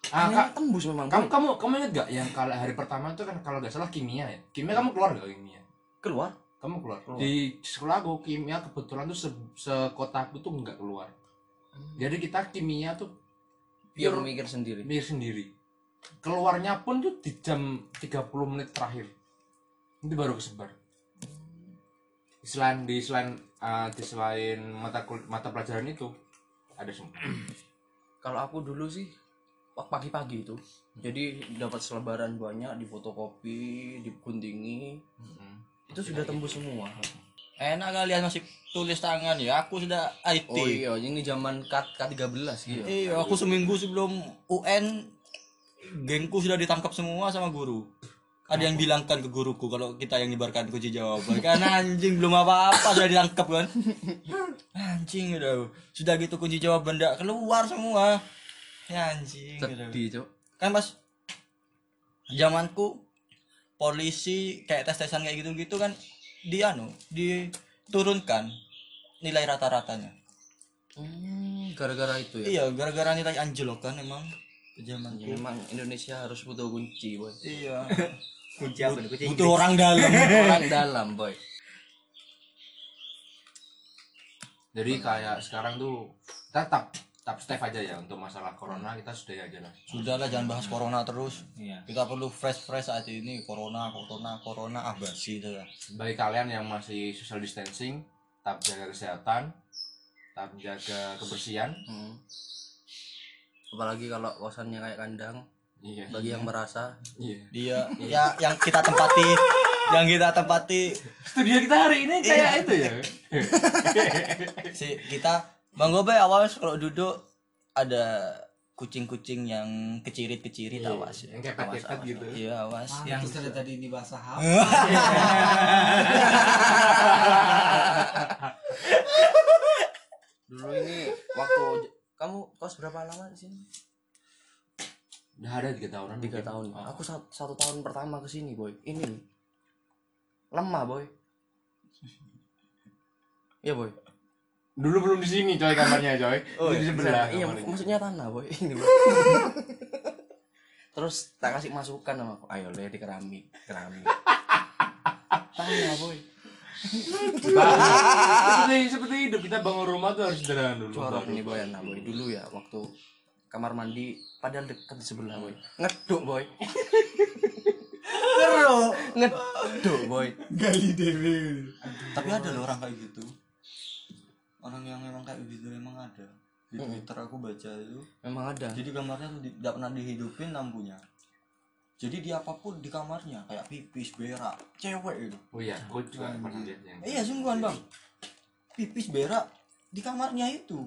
Speaker 3: Ah,
Speaker 4: Memang
Speaker 3: Kak,
Speaker 4: tembus memang.
Speaker 3: kamu
Speaker 4: Boy.
Speaker 3: kamu kamu inget gak yang kalau hari pertama itu kan kalau gak salah kimia ya, kimia kamu keluar gak kimia?
Speaker 4: keluar.
Speaker 3: Kamu keluar.
Speaker 4: Keluar.
Speaker 3: Di sekolah aku kimia kebetulan tuh se sekotaku tuh nggak keluar. Jadi kita kimia tuh
Speaker 4: Dia
Speaker 3: Hmm. Pure.
Speaker 4: mikir sendiri.
Speaker 3: mir sendiri. Keluarnya pun tuh di jam 30 menit terakhir. Itu baru kesebar. Selain di selain eh, di selain mata kul- mata pelajaran itu ada semua.
Speaker 4: kalau aku dulu sih wak- pagi-pagi itu jadi dapat selebaran banyak di fotokopi diguntingi itu sudah tembus semua
Speaker 1: enak kalian masih tulis tangan ya aku sudah IT
Speaker 4: oh iya ini zaman K K13 gitu ya.
Speaker 1: Iya, aku seminggu sebelum UN gengku sudah ditangkap semua sama guru. ada yang bilangkan ke guruku kalau kita yang nyebarkan kunci jawaban kan anjing belum apa-apa sudah ditangkap kan anjing udah sudah gitu kunci jawaban ndak keluar semua ya anjing udah.
Speaker 4: sedih cok
Speaker 1: kan pas zamanku polisi kayak tes tesan kayak gitu gitu kan dia anu diturunkan nilai rata-ratanya
Speaker 4: Hmm, gara-gara itu ya
Speaker 1: iya gara-gara nilai anjlok kan emang zaman
Speaker 4: Ya, memang Indonesia harus butuh kunci boy
Speaker 1: iya
Speaker 8: kunci apa nih kunci
Speaker 1: butuh orang dalam
Speaker 4: orang dalam boy
Speaker 3: jadi kayak sekarang tuh kita tap tap step aja ya untuk masalah corona kita sudah aja lah
Speaker 1: sudahlah jangan bahas corona terus
Speaker 5: Iya.
Speaker 1: kita perlu fresh fresh saat ini corona corona corona ah basi itu lah
Speaker 3: bagi kalian yang masih social distancing tetap jaga kesehatan tetap jaga kebersihan
Speaker 4: Hmm. apalagi kalau kosannya kayak kandang
Speaker 3: iya
Speaker 4: bagi yang merasa
Speaker 3: iya
Speaker 1: dia ya yang kita tempati yang kita tempati
Speaker 3: studio Ya, kita hari ini kayak itu ya
Speaker 1: si kita bang gobe awalnya kalau duduk ada kucing-kucing yang kecirit-kecirit
Speaker 3: Iya,
Speaker 1: awas ya.
Speaker 3: yang kayak pet-pet
Speaker 1: awas,
Speaker 3: gitu.
Speaker 1: awas. iya awas
Speaker 6: yang sudah tadi ini bahasa apa
Speaker 4: dulu ini waktu kamu kos berapa lama di sini
Speaker 3: udah ada tiga tahunan
Speaker 4: tiga tahun
Speaker 3: mungkin. Ah.
Speaker 4: aku sat- satu, tahun pertama ke sini boy ini lemah boy Iya boy.
Speaker 3: dulu belum di sini coy kamarnya coy Itu di
Speaker 4: iya,
Speaker 3: sebelah
Speaker 4: Iya,
Speaker 3: kamarnya.
Speaker 4: maksudnya tanah boy. Ini boy. Terus tak kasih masukan sama aku. Ayo le di keramik, keramik. tanah boy.
Speaker 3: seperti seperti hidup kita bangun rumah tuh harus sederhana dulu
Speaker 4: Jorok
Speaker 3: baru.
Speaker 4: nih boy, nah boy. Dulu ya waktu kamar mandi padahal dekat di sebelah boy. Ngeduk boy. Ngeduk. Ngeduk boy.
Speaker 1: tapi ada loh orang kayak gitu orang yang memang kayak gitu emang ada di twitter aku baca itu
Speaker 4: Memang ada.
Speaker 1: jadi kamarnya tuh tidak pernah dihidupin lampunya jadi dia apapun di kamarnya kayak pipis berak cewek itu
Speaker 3: oh iya aku juga
Speaker 4: Hmm.
Speaker 3: pernah lihat yang
Speaker 1: iya sungguhan bang pipis berak di kamarnya itu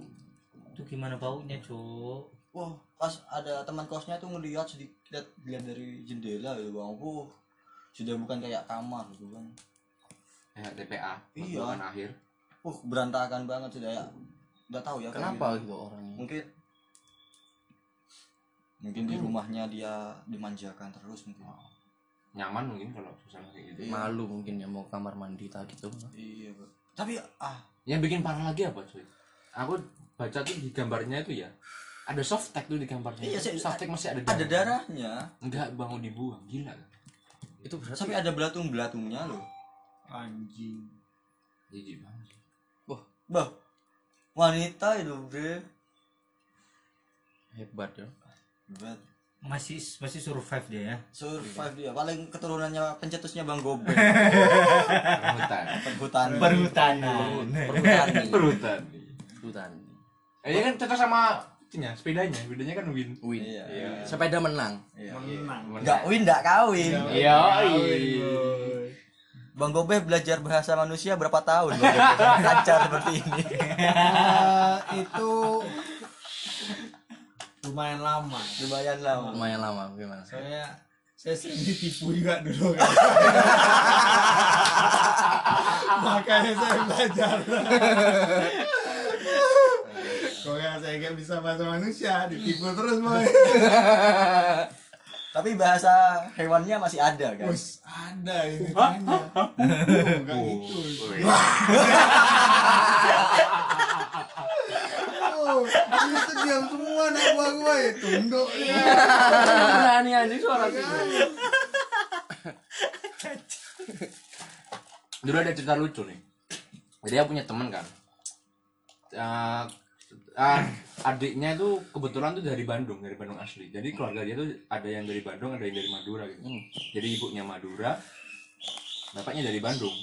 Speaker 8: itu gimana baunya cuk
Speaker 1: wah pas ada teman kosnya tuh ngelihat sedikit lihat- lihat dari jendela itu bang Wuh, sudah bukan kayak kamar gitu kan
Speaker 3: Eh, TPA
Speaker 1: Iya.
Speaker 3: pertemuan akhir
Speaker 1: uh berantakan banget sudah ya nggak tahu ya kayak
Speaker 4: Kenapa
Speaker 1: gitu.
Speaker 4: gitu orangnya?
Speaker 1: mungkin
Speaker 8: Hmm.
Speaker 1: mungkin di rumahnya dia dimanjakan terus mungkin
Speaker 3: nyaman mungkin kalau suasana kayak gitu
Speaker 1: Iya.
Speaker 4: Malu mungkin ya mau kamar mandi tadi tuh.
Speaker 1: iya Bang. tapi ah
Speaker 3: yang bikin parah lagi apa cuy aku baca tuh di gambarnya itu ya ada soft tag tuh di gambarnya
Speaker 1: Iya, sih.
Speaker 3: soft tag masih ada
Speaker 1: ada darahnya
Speaker 3: enggak bang mau dibuang gila
Speaker 4: Itu berarti
Speaker 1: sampai ada belatung belatungnya loh
Speaker 6: anjing
Speaker 3: jijik banget
Speaker 1: bah wanita itu bre
Speaker 4: hebat ya.
Speaker 1: Hebat.
Speaker 8: masih masih survive dia ya
Speaker 3: Iya.
Speaker 1: survive dia iya, paling keturunannya pencetusnya bang Gobe
Speaker 3: perhutan
Speaker 1: perhutani
Speaker 3: Iya.
Speaker 8: perhutanan
Speaker 4: Perhutani.
Speaker 3: perhutan
Speaker 4: Perhutani.
Speaker 3: eh dia kan cocok sama itunya sepedanya sepedanya kan win
Speaker 4: Win.
Speaker 1: iya
Speaker 3: Iya.
Speaker 4: Sepeda menang.
Speaker 1: iya
Speaker 6: menang
Speaker 1: nggak win nggak kawin
Speaker 3: iya
Speaker 1: bang Gobe belajar bahasa manusia berapa tahun Bang Gobe? lancar seperti ini
Speaker 6: Eh, itu lumayan lama
Speaker 1: lumayan lama
Speaker 4: Lumayan lama gimana?
Speaker 6: saya saya sering ditipu juga dulu kan. makanya saya belajar kalau nggak saya nggak bisa bahasa manusia ditipu terus boy
Speaker 1: tapi bahasa hewannya masih ada kan
Speaker 6: Us, ada ini tanya nggak gitu Oh, itu diam semua anak buah gue tunduk dia
Speaker 4: Berani anjing suara
Speaker 3: dulu ada cerita lucu nih jadi aku punya temen kan Eh, ah, adiknya itu kebetulan tuh dari Bandung dari Bandung asli jadi keluarga dia tuh ada yang dari Bandung ada yang dari Madura gitu
Speaker 4: Hmm.
Speaker 3: jadi ibunya Madura bapaknya dari Bandung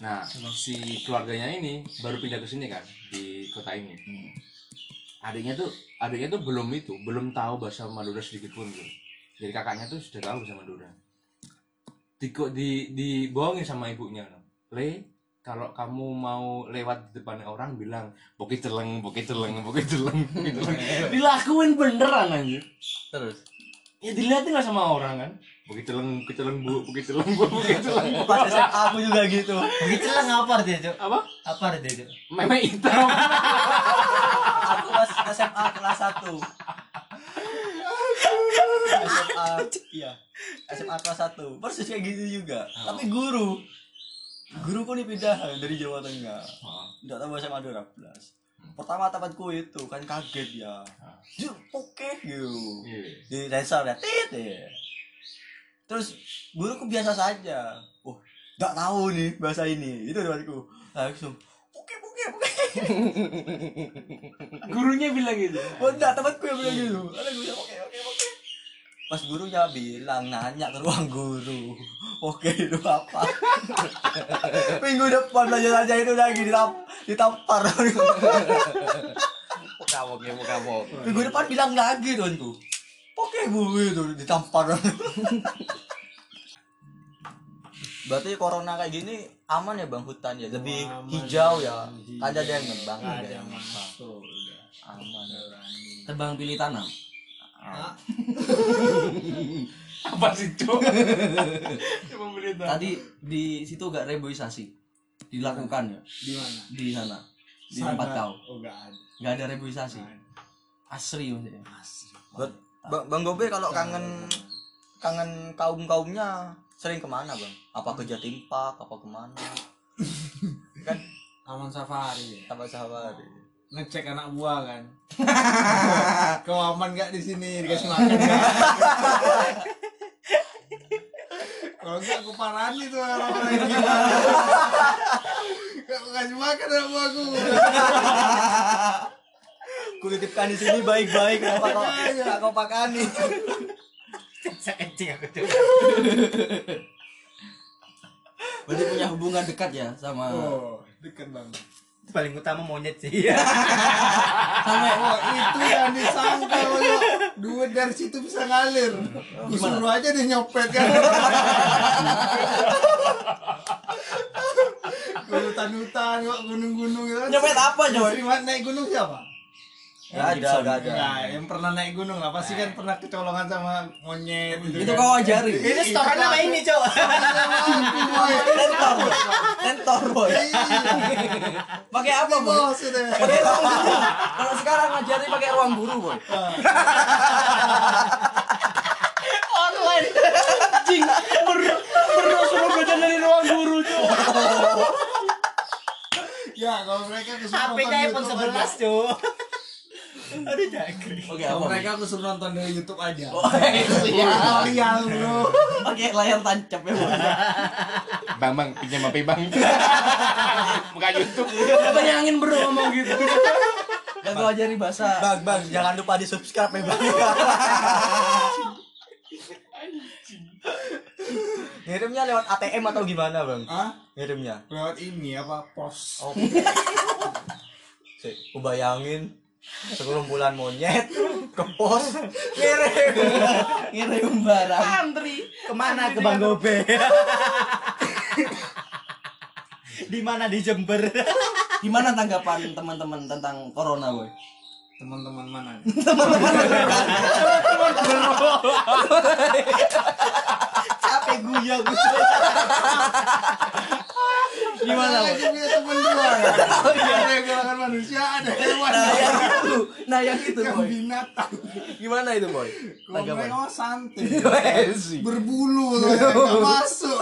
Speaker 3: nah si keluarganya ini baru pindah ke sini kan di kota ini adiknya tuh adiknya tuh belum itu belum tahu bahasa Madura sedikit pun gitu jadi kakaknya tuh sudah tahu bahasa Madura di di dibohongin sama ibunya le kalau kamu mau lewat di depan orang bilang bokeh celeng bokeh celeng bokeh celeng bokeh celeng." dilakuin beneran anjir
Speaker 4: Terus
Speaker 3: ya dilihatin lah sama orang kan begitu leng begitu bu begitu leng bu begitu leng
Speaker 1: Pas SMA aku juga gitu.
Speaker 8: Begitu lah apa artinya, Cok?
Speaker 3: Apa?
Speaker 8: Apa artinya, Cok?
Speaker 3: meme hitam
Speaker 1: Aku pas SMA kelas 1. SMA iya. SMA kelas 1. Persis kayak gitu juga. Tapi guru. Guruku nih pindahan dari Jawa Tengah.
Speaker 3: Oh,
Speaker 1: Enggak tahu SMA 12. Pertama tempatku itu kan kaget ya. Yuk, oke yuk.
Speaker 3: Iya.
Speaker 1: di sensor ya tit ya. terus guruku biasa saja oh nggak tahu nih bahasa ini itu temanku langsung oke oke oke
Speaker 3: gurunya bilang gitu
Speaker 1: oh enggak temanku yang bilang gitu ada gue bilang, oke oke oke pas gurunya bilang nanya ke ruang guru oke itu apa minggu depan belajar aja itu lagi ditam- ditampar
Speaker 4: Kabok ya, kabok.
Speaker 1: minggu depan bilang lagi tuanku oke bu
Speaker 4: gitu,
Speaker 1: itu ditampar berarti corona kayak gini aman ya bang hutan ya lebih
Speaker 6: Aman.
Speaker 1: hijau ya Kan ada yang ngembang
Speaker 6: Nggak
Speaker 1: ada
Speaker 6: ada
Speaker 1: yang
Speaker 6: yang
Speaker 1: ngembang.
Speaker 6: masuk udah.
Speaker 1: aman Ah.
Speaker 4: Tebang pilih tanam.
Speaker 3: apa sih cok cuma beli tahu
Speaker 4: Tadi di situ gak reboisasi. Dilakukan ya
Speaker 6: Di mana?
Speaker 4: di sana. Di tempat
Speaker 6: Sana.
Speaker 4: kau.
Speaker 6: Oh enggak ada.
Speaker 4: Gak ada reboisasi. Asri maksudnya.
Speaker 1: Buat- bang bang gobe kalau kangen kangen kaum kaumnya sering kemana bang apa ke Jatim Park apa kemana
Speaker 6: Taman safari. ya.
Speaker 1: sama sahabat
Speaker 6: Ngecek anak buah kan. Kau aman gak di sini? Dikasih makan nggak? Kalau enggak aku parani tuh orang-orang yang gila. Kau kasih makan anak buahku.
Speaker 1: ku titipkan di sini baik-baik kenapa kok
Speaker 8: Iya,
Speaker 1: kenapa kau pakani
Speaker 8: Sekencing aku, Cok.
Speaker 4: Berarti punya hubungan dekat ya sama
Speaker 6: Oh, dekat banget.
Speaker 8: Paling utama monyet sih. Iya.
Speaker 6: Oh, itu yang disangka loh. Duit dari situ bisa ngalir. Suruh aja dia nyopet kan. Ke hutan-hutan, kok gunung-gunung gitu.
Speaker 1: nyopet apa coba
Speaker 6: Sering banget naik gunung siapa?
Speaker 1: nggak ada nggak ada
Speaker 6: Nah, yang pernah naik gunung lah pasti kan pernah kecolongan sama monyet gitu.
Speaker 4: itu
Speaker 6: kan.
Speaker 4: kau ajari.
Speaker 8: Itu setoran apa ini, Cok?
Speaker 1: mentor mentor boy
Speaker 8: Iya.
Speaker 1: pakai apa boy
Speaker 6: Bos itu.
Speaker 1: pakai ruang guru kalau sekarang ngajarin pakai ruang guru boy
Speaker 6: Ya, kalau mereka kesurupan
Speaker 8: HP-nya iPhone 11, Cok. Aduh, jagri.
Speaker 4: Oke,
Speaker 6: Kalau
Speaker 4: apa?
Speaker 6: mereka aku suruh nonton dari YouTube aja.
Speaker 3: iya
Speaker 6: Tutorial, Bro.
Speaker 4: Pakai layar tancap ya, Bang.
Speaker 3: bang bang pinjam hp bang buka youtube
Speaker 4: Bayangin bro ngomong gitu. Gak kau ajari bahasa.
Speaker 1: bang bang jangan lupa di subscribe ya bang ngirimnya lewat ATM atau gimana bang
Speaker 6: Hah?
Speaker 1: ngirimnya
Speaker 6: Lewat ini apa? Pos.
Speaker 1: oh Sik, ku bayangin sekelompolan monyet ke pos ngirim
Speaker 4: Ngirim barang.
Speaker 8: Kemana ke Bang Gobe? Di mana di Jember?
Speaker 4: Gimana tanggapan teman-teman tentang corona, boy?
Speaker 6: Teman-teman mana?
Speaker 8: Capek
Speaker 1: Iya,
Speaker 8: guyang.
Speaker 6: Gimana? Lagi punya teman dua. Ada yang kalangan manusia, ada yang hewan,
Speaker 4: Nah, yang itu, nah yang itu,
Speaker 6: ada yang
Speaker 4: boy.
Speaker 6: binatang.
Speaker 1: gimana itu boy
Speaker 6: Kalau mereka mah santai,
Speaker 4: Iya.
Speaker 1: Wesi.
Speaker 6: berbulu, tuh, ya, nggak masuk.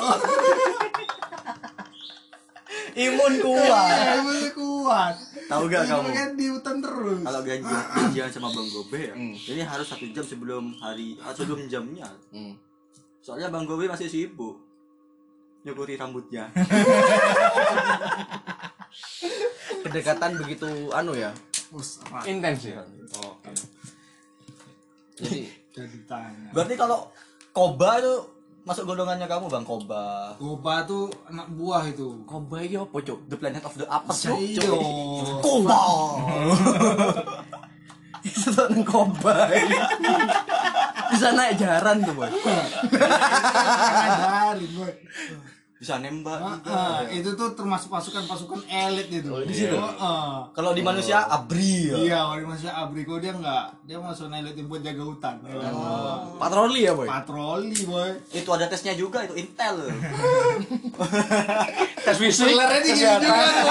Speaker 1: imun kuat
Speaker 6: Eh, masih kuat.
Speaker 1: tahu gak
Speaker 6: Jadi
Speaker 1: kamu
Speaker 6: mereka di hutan terus.
Speaker 1: kalau janjian janjian sama bang Gobe ya ini harus satu jam sebelum hari ah, sebelum jamnya soalnya bang Gobe masih sibuk nyukuti rambutnya
Speaker 4: Pendekatan begitu anu ya.
Speaker 6: Bus, apa?
Speaker 3: intens ya
Speaker 4: Jadi
Speaker 6: Jadi tanya.
Speaker 1: berarti kalau koba itu masuk golongannya kamu bang koba
Speaker 6: Goba tuh anak buah itu.
Speaker 1: koba itu apa cok Oh, the planet of the apes cok
Speaker 6: Iya.
Speaker 1: koba itu tuh nang koba
Speaker 4: bisa naik jaran tuh, boy.
Speaker 6: Ajarin gue.
Speaker 1: bisa nembak
Speaker 6: Ah,
Speaker 1: juga.
Speaker 6: ah,
Speaker 1: Ya.
Speaker 6: itu tuh termasuk pasukan-pasukan elit itu.
Speaker 1: Oh, di situ?
Speaker 6: Oh, ah.
Speaker 1: Kalau di manusia abri ya.
Speaker 6: Iya, kalau manusia abriko dia enggak, dia masuk elit yang buat jaga hutan. Oh.
Speaker 1: Patroli ya, Boy.
Speaker 6: Patroli, boy.
Speaker 1: itu ada tesnya juga itu intel.
Speaker 9: Tes fisik.
Speaker 6: Selernya
Speaker 1: gitu.
Speaker 6: di gini juga. Boy.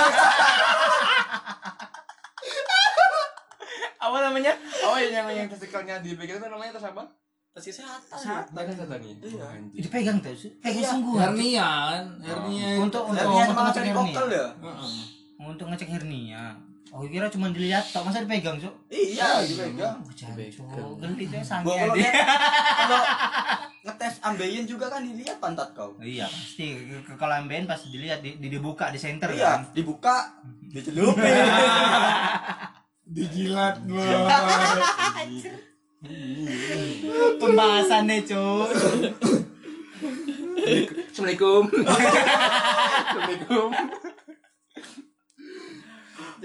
Speaker 4: apa namanya
Speaker 3: Oh iya yang yang testikelnya di bagian itu namanya tes apa?
Speaker 1: Tes kesehatan.
Speaker 3: Tanya kata nih. Iya.
Speaker 5: Dipegang tuh, pegang
Speaker 4: Iya.
Speaker 5: sungguh.
Speaker 6: Hernian, hernia.
Speaker 5: Untuk untuk
Speaker 1: Tapi hanya
Speaker 5: untuk
Speaker 1: malah
Speaker 5: ngecek
Speaker 1: cari
Speaker 5: hernia.
Speaker 1: kokel ya.
Speaker 6: Heeh.
Speaker 5: Untuk ngecek hernia. Oh kira cuma dilihat tok, masa dipegang, Cuk?
Speaker 1: Iya, dipegang.
Speaker 5: Oh, jancuk. Geli coy ya, sange.
Speaker 1: Gua kalau
Speaker 5: adik.
Speaker 1: lihat kalau ngetes ambeien juga kan dilihat pantat kau.
Speaker 5: Iya, pasti Ke- ke- kalau ambeien pasti dilihat di, di- dibuka di center
Speaker 1: Iya,
Speaker 5: kan.
Speaker 1: dibuka, dicelupin.
Speaker 6: Dijilat, boy.
Speaker 5: Pembahasannya, Cuk.
Speaker 3: Assalamualaikum. Assalamualaikum.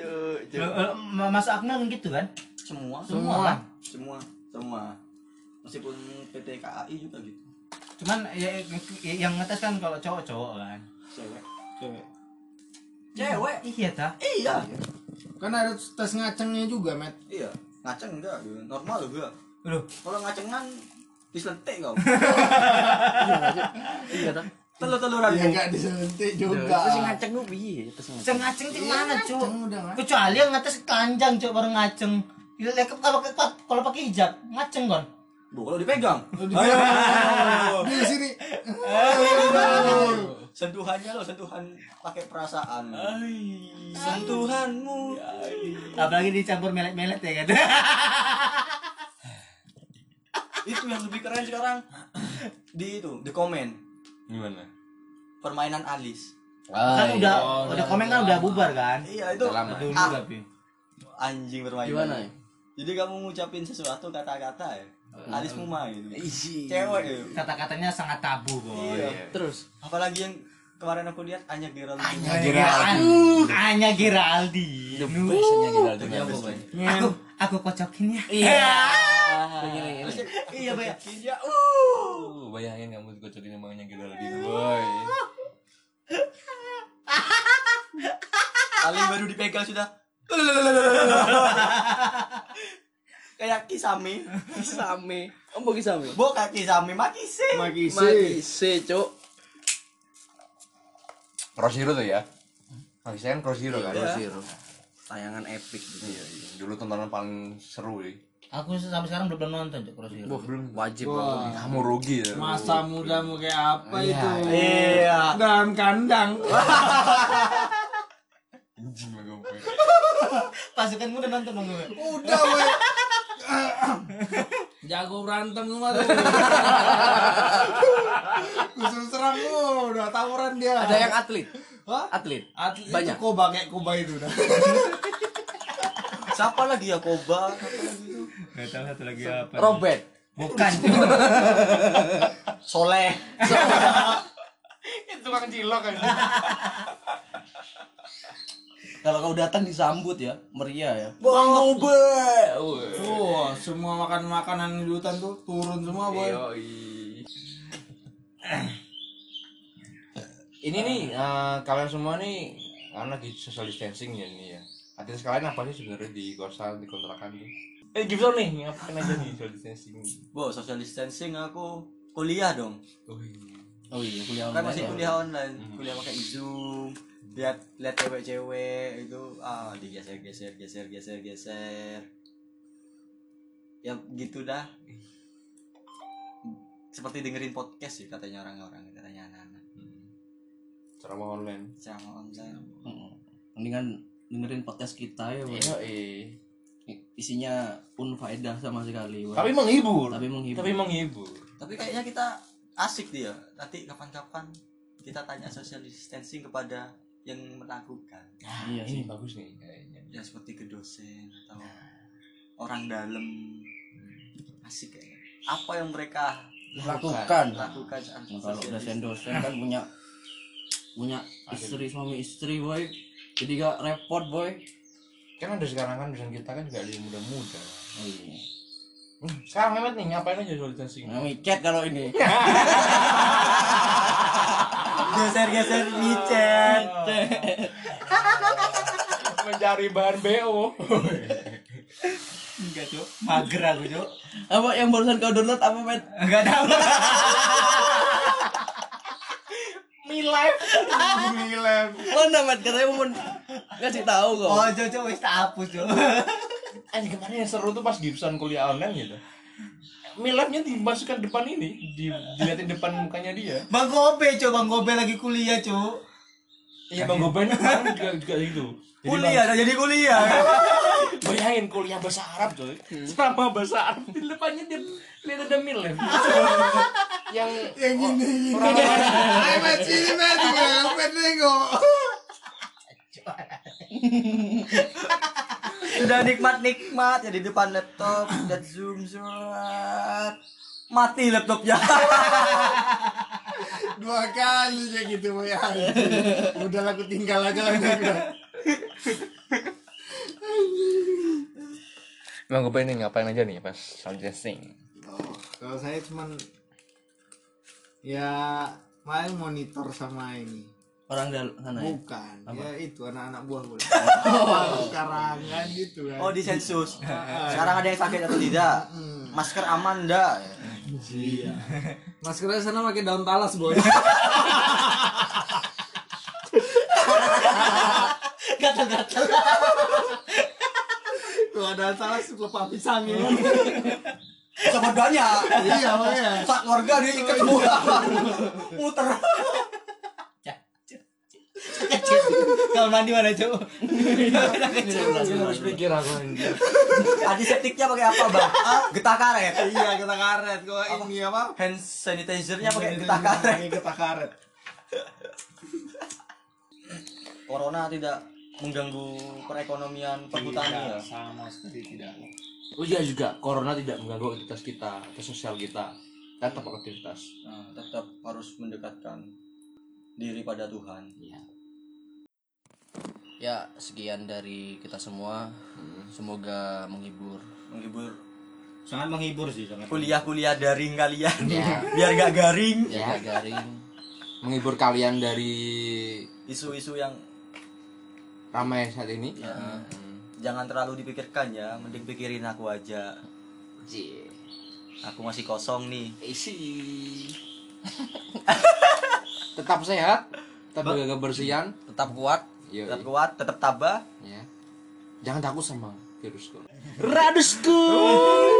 Speaker 5: Lo- lo- ma- Masuk Akmal kan gitu kan?
Speaker 1: Iya. semua,
Speaker 5: Semua kan.
Speaker 1: semua, semua. Meskipun PT KAI juga gitu.
Speaker 5: Cuman ya, ya- yang ngetes kan kalau cowok-cowok kan.
Speaker 1: Cewek.
Speaker 6: Cewek.
Speaker 1: Cewek.
Speaker 5: Iya ta.
Speaker 1: Iya.
Speaker 6: Kan ada tes ngacengnya juga, Matt.
Speaker 1: Iya. Ngaceng enggak? gitu. Normal juga.
Speaker 5: Loh,
Speaker 1: Kalau ngacengan diselentik kau. Iya, Telur-teluran.
Speaker 6: Ya enggak disentik juga.
Speaker 10: Terus yang ngaceng gue piye?
Speaker 4: Iya,
Speaker 10: Terus yang ngaceng.
Speaker 5: ngaceng cek
Speaker 6: Iya,
Speaker 5: mana, Cuk?
Speaker 6: Ceng udah ngaceng.
Speaker 5: Kecuali yang ngetes telanjang, Cuk, baru ngaceng. Gila, lekep kalau pakai kalau pakai hijab, ngaceng kon.
Speaker 1: Bu, kalau dipegang.
Speaker 6: Aduh. Di sini. Aduh.
Speaker 1: sentuhannya loh sentuhan pakai perasaan sentuhanmu
Speaker 5: Apalagi dicampur melet-melet ya kan.
Speaker 1: itu yang lebih keren sekarang di itu the comment
Speaker 3: Gimana?
Speaker 1: permainan alis
Speaker 5: kan udah udah komen kan udah bubar kan.
Speaker 1: iya itu
Speaker 3: Udah lama.
Speaker 5: Dulu
Speaker 1: Ah.
Speaker 5: tapi.
Speaker 1: anjing permainan
Speaker 4: gimana ya?
Speaker 1: jadi kamu ngucapin sesuatu kata-kata ya alismu main
Speaker 4: Isi.
Speaker 1: cewek ya
Speaker 5: Kata-katanya sangat tabu, Boy.
Speaker 1: iya
Speaker 4: terus
Speaker 1: apalagi yang kemarin aku lihat Anya Geraldine
Speaker 5: Anya Geraldi. Anya Geraldi.
Speaker 4: the best aja kita tuh
Speaker 1: Iya,
Speaker 4: apa boy
Speaker 5: Aku aku kocokin ya.
Speaker 4: Iya. Begini, ini.
Speaker 1: iya banyak iya
Speaker 3: Uh, bayangin kamu juga jadi namanya Geraldine boy.
Speaker 1: paling baru dipegang sudah kayak kisame
Speaker 4: Kisame. Ombo kisame.
Speaker 1: bo kaki kisame maki sih
Speaker 6: Makisi.
Speaker 4: Mati se, Cuk.
Speaker 3: Cross Hero tuh ya. Nah, saya kan Cross Hero kan.
Speaker 4: Zero. Tayangan epic gitu.
Speaker 3: Iya, iya. Dulu tontonan paling seru ya.
Speaker 5: Aku sampai sekarang belum belum nonton Cuk Crosshair.
Speaker 3: belum.
Speaker 4: Wajib
Speaker 6: Wah.
Speaker 4: nonton.
Speaker 3: Kamu rugi ya.
Speaker 6: Masa mudamu kayak apa
Speaker 3: Iya.
Speaker 6: itu?
Speaker 1: Iya.
Speaker 6: Dalam kandang.
Speaker 3: Anjing lah gue.
Speaker 5: Pasukanmu udah nonton dong gue.
Speaker 6: Udah, weh. Jago berantem semua tuh. Khusus serang lu, udah tawuran dia.
Speaker 4: Ada yang atlet.
Speaker 6: Hah?
Speaker 4: Atlet.
Speaker 6: Atlet
Speaker 4: Banyak.
Speaker 6: itu koba kayak koba itu udah.
Speaker 1: siapa lagi ya koba Siapa lagi itu?
Speaker 5: Gak tahu satu lagi apa.
Speaker 4: Robert.
Speaker 5: Bukan Cuk.
Speaker 1: soleh
Speaker 3: Tukang cilok kan.
Speaker 4: Kalau kau datang disambut ya, meriah ya.
Speaker 1: bang kobe
Speaker 6: Wah, semua makan makanan di hutan tuh turun semua, boy.
Speaker 3: Ini nih eh, kalian semua nih karena lagi social distancing ya nih ya. Aktivitas kalian apa sih sebenarnya di kosan, di kontrakan tuh? Eh, Gibson nih, ngapain aja nih social distancing?
Speaker 1: bo social distancing aku kuliah dong
Speaker 3: Oh, iya.
Speaker 4: Oh iya, kuliah
Speaker 1: kan
Speaker 4: online.
Speaker 1: masih
Speaker 4: ya.
Speaker 1: kuliah online kuliah pakai zoom lihat lihat cewek-cewek itu ah digeser geser geser geser geser ya gitu dah seperti dengerin podcast sih katanya orang-orang katanya anak-anak
Speaker 3: Hmm. Ceramah online.
Speaker 1: sama online
Speaker 4: Mm-mm. Mendingan dengerin podcast kita ya, Boy.
Speaker 3: Iya, iya.
Speaker 4: Isinya unfaedah sama sekali, Boy.
Speaker 3: Tapi menghibur.
Speaker 4: tapi menghibur.
Speaker 3: Tapi menghibur.
Speaker 1: tapi kayaknya kita asik dia nanti kapan-kapan kita tanya social distancing kepada yang melakukan
Speaker 4: iya sih.
Speaker 3: ini bagus nih kayaknya.
Speaker 1: ya seperti ke dosen atau orang dalam asik kayaknya apa yang mereka
Speaker 4: Lakukan.
Speaker 1: lakukan saat
Speaker 4: Nah, kalau
Speaker 1: sosial
Speaker 4: dosen-dosen kan punya punya istri suami istri, Boy. Jadi gak repot, Boy.
Speaker 3: Kan ada sekarang kan dosen kita kan juga ada yang muda-muda.
Speaker 4: Oh iya.
Speaker 3: Hmm, Sekarang Mehmet nih ngapain aja social distancing?
Speaker 4: Nah, miket kalau ini.
Speaker 1: distancing. geser-geser micet.
Speaker 3: mencari bahan BO
Speaker 8: Enggak, Cok. Mager aku, Cok.
Speaker 4: Apa yang barusan kau download apa, Met?
Speaker 8: Enggak tahu.
Speaker 4: Mana, Met? Katanya mau ngasih tahu kok.
Speaker 8: Oh, Cok, Cok, wis tak hapus, Cok.
Speaker 3: anjing kemarin yang seru tuh pas Gibson kuliah online gitu Milabnya dimasukkan depan ini, di, dilihatin depan mukanya dia.
Speaker 8: Bang Kobe, Cok. Bang Kobe lagi kuliah, Cok.
Speaker 3: Iya Bang Goben kemarin juga, juga gitu. Jadi
Speaker 1: Kuliah, dah jadi kuliah.
Speaker 3: Bang- bayangin kuliah bahasa Arab coy. Selama bahasa Arab di depannya dia lihat ada Milab. yang
Speaker 6: Yang gini gini. Ayo met sini met, ngapain nengok?
Speaker 1: Sudah nikmat-nikmat ya di depan laptop, dan zoom surat. Mati laptopnya.
Speaker 6: Dua kali kayak gitu ya. Udah aku tinggal aja lah.
Speaker 3: Bang Goben ini ngapain aja nih pas sound testing?
Speaker 6: Oh, kalau saya cuman ya main monitor sama ini
Speaker 1: Orang dalam sana ya.
Speaker 6: bukan ya itu anak-anak buah gue karangan gitu kan
Speaker 1: Oh di sensus. Sekarang ada yang sakit atau tidak? Masker aman enggak?
Speaker 6: iya maskernya sana pakai daun talas boy
Speaker 4: Gatel-gatel.
Speaker 6: kalau ada talas pelepah pisangnya
Speaker 1: Sobat banyak.
Speaker 6: iya makanya
Speaker 1: Sak warga dia ikat semua. Muter. Ya,
Speaker 8: Kalau mandi mana, Cok?
Speaker 3: Harus pikir aku anjir.
Speaker 1: Antiseptiknya pakai apa, Bang? Ah, getah karet.
Speaker 6: iya kita karet kok ini apa
Speaker 1: Hand sanitizer-nya pakai getah karet.
Speaker 6: Pakai getah karet
Speaker 1: Corona tidak mengganggu perekonomian
Speaker 3: Iya,
Speaker 1: perhutani ya.
Speaker 8: Sama sekali tidak.
Speaker 3: Oh iya juga, corona tidak mengganggu aktivitas kita, aktivitas sosial kita. Tetap aktivitas.
Speaker 1: Nah, tetap harus mendekatkan diri pada Tuhan.
Speaker 4: Ya, sekian dari kita semua.
Speaker 3: Hmm.
Speaker 4: Semoga menghibur.
Speaker 1: Menghibur
Speaker 8: Sangat menghibur sih, sangat.
Speaker 1: kuliah-kuliah daring kalian.
Speaker 3: Ya.
Speaker 1: Biar gak garing.
Speaker 4: Ya, garing.
Speaker 3: Menghibur kalian dari
Speaker 1: Isu-isu yang
Speaker 3: ramai saat ini.
Speaker 1: ya, jangan terlalu dipikirkan ya. Mending pikirin aku aja. Aku masih kosong nih.
Speaker 3: Isi. tetap sehat, tetap jaga kebersihan.
Speaker 4: Tetap kuat.
Speaker 3: Yoi.
Speaker 1: Tetap kuat, tetap tabah.
Speaker 3: Ya. Jangan takut sama virus corona. Radusku.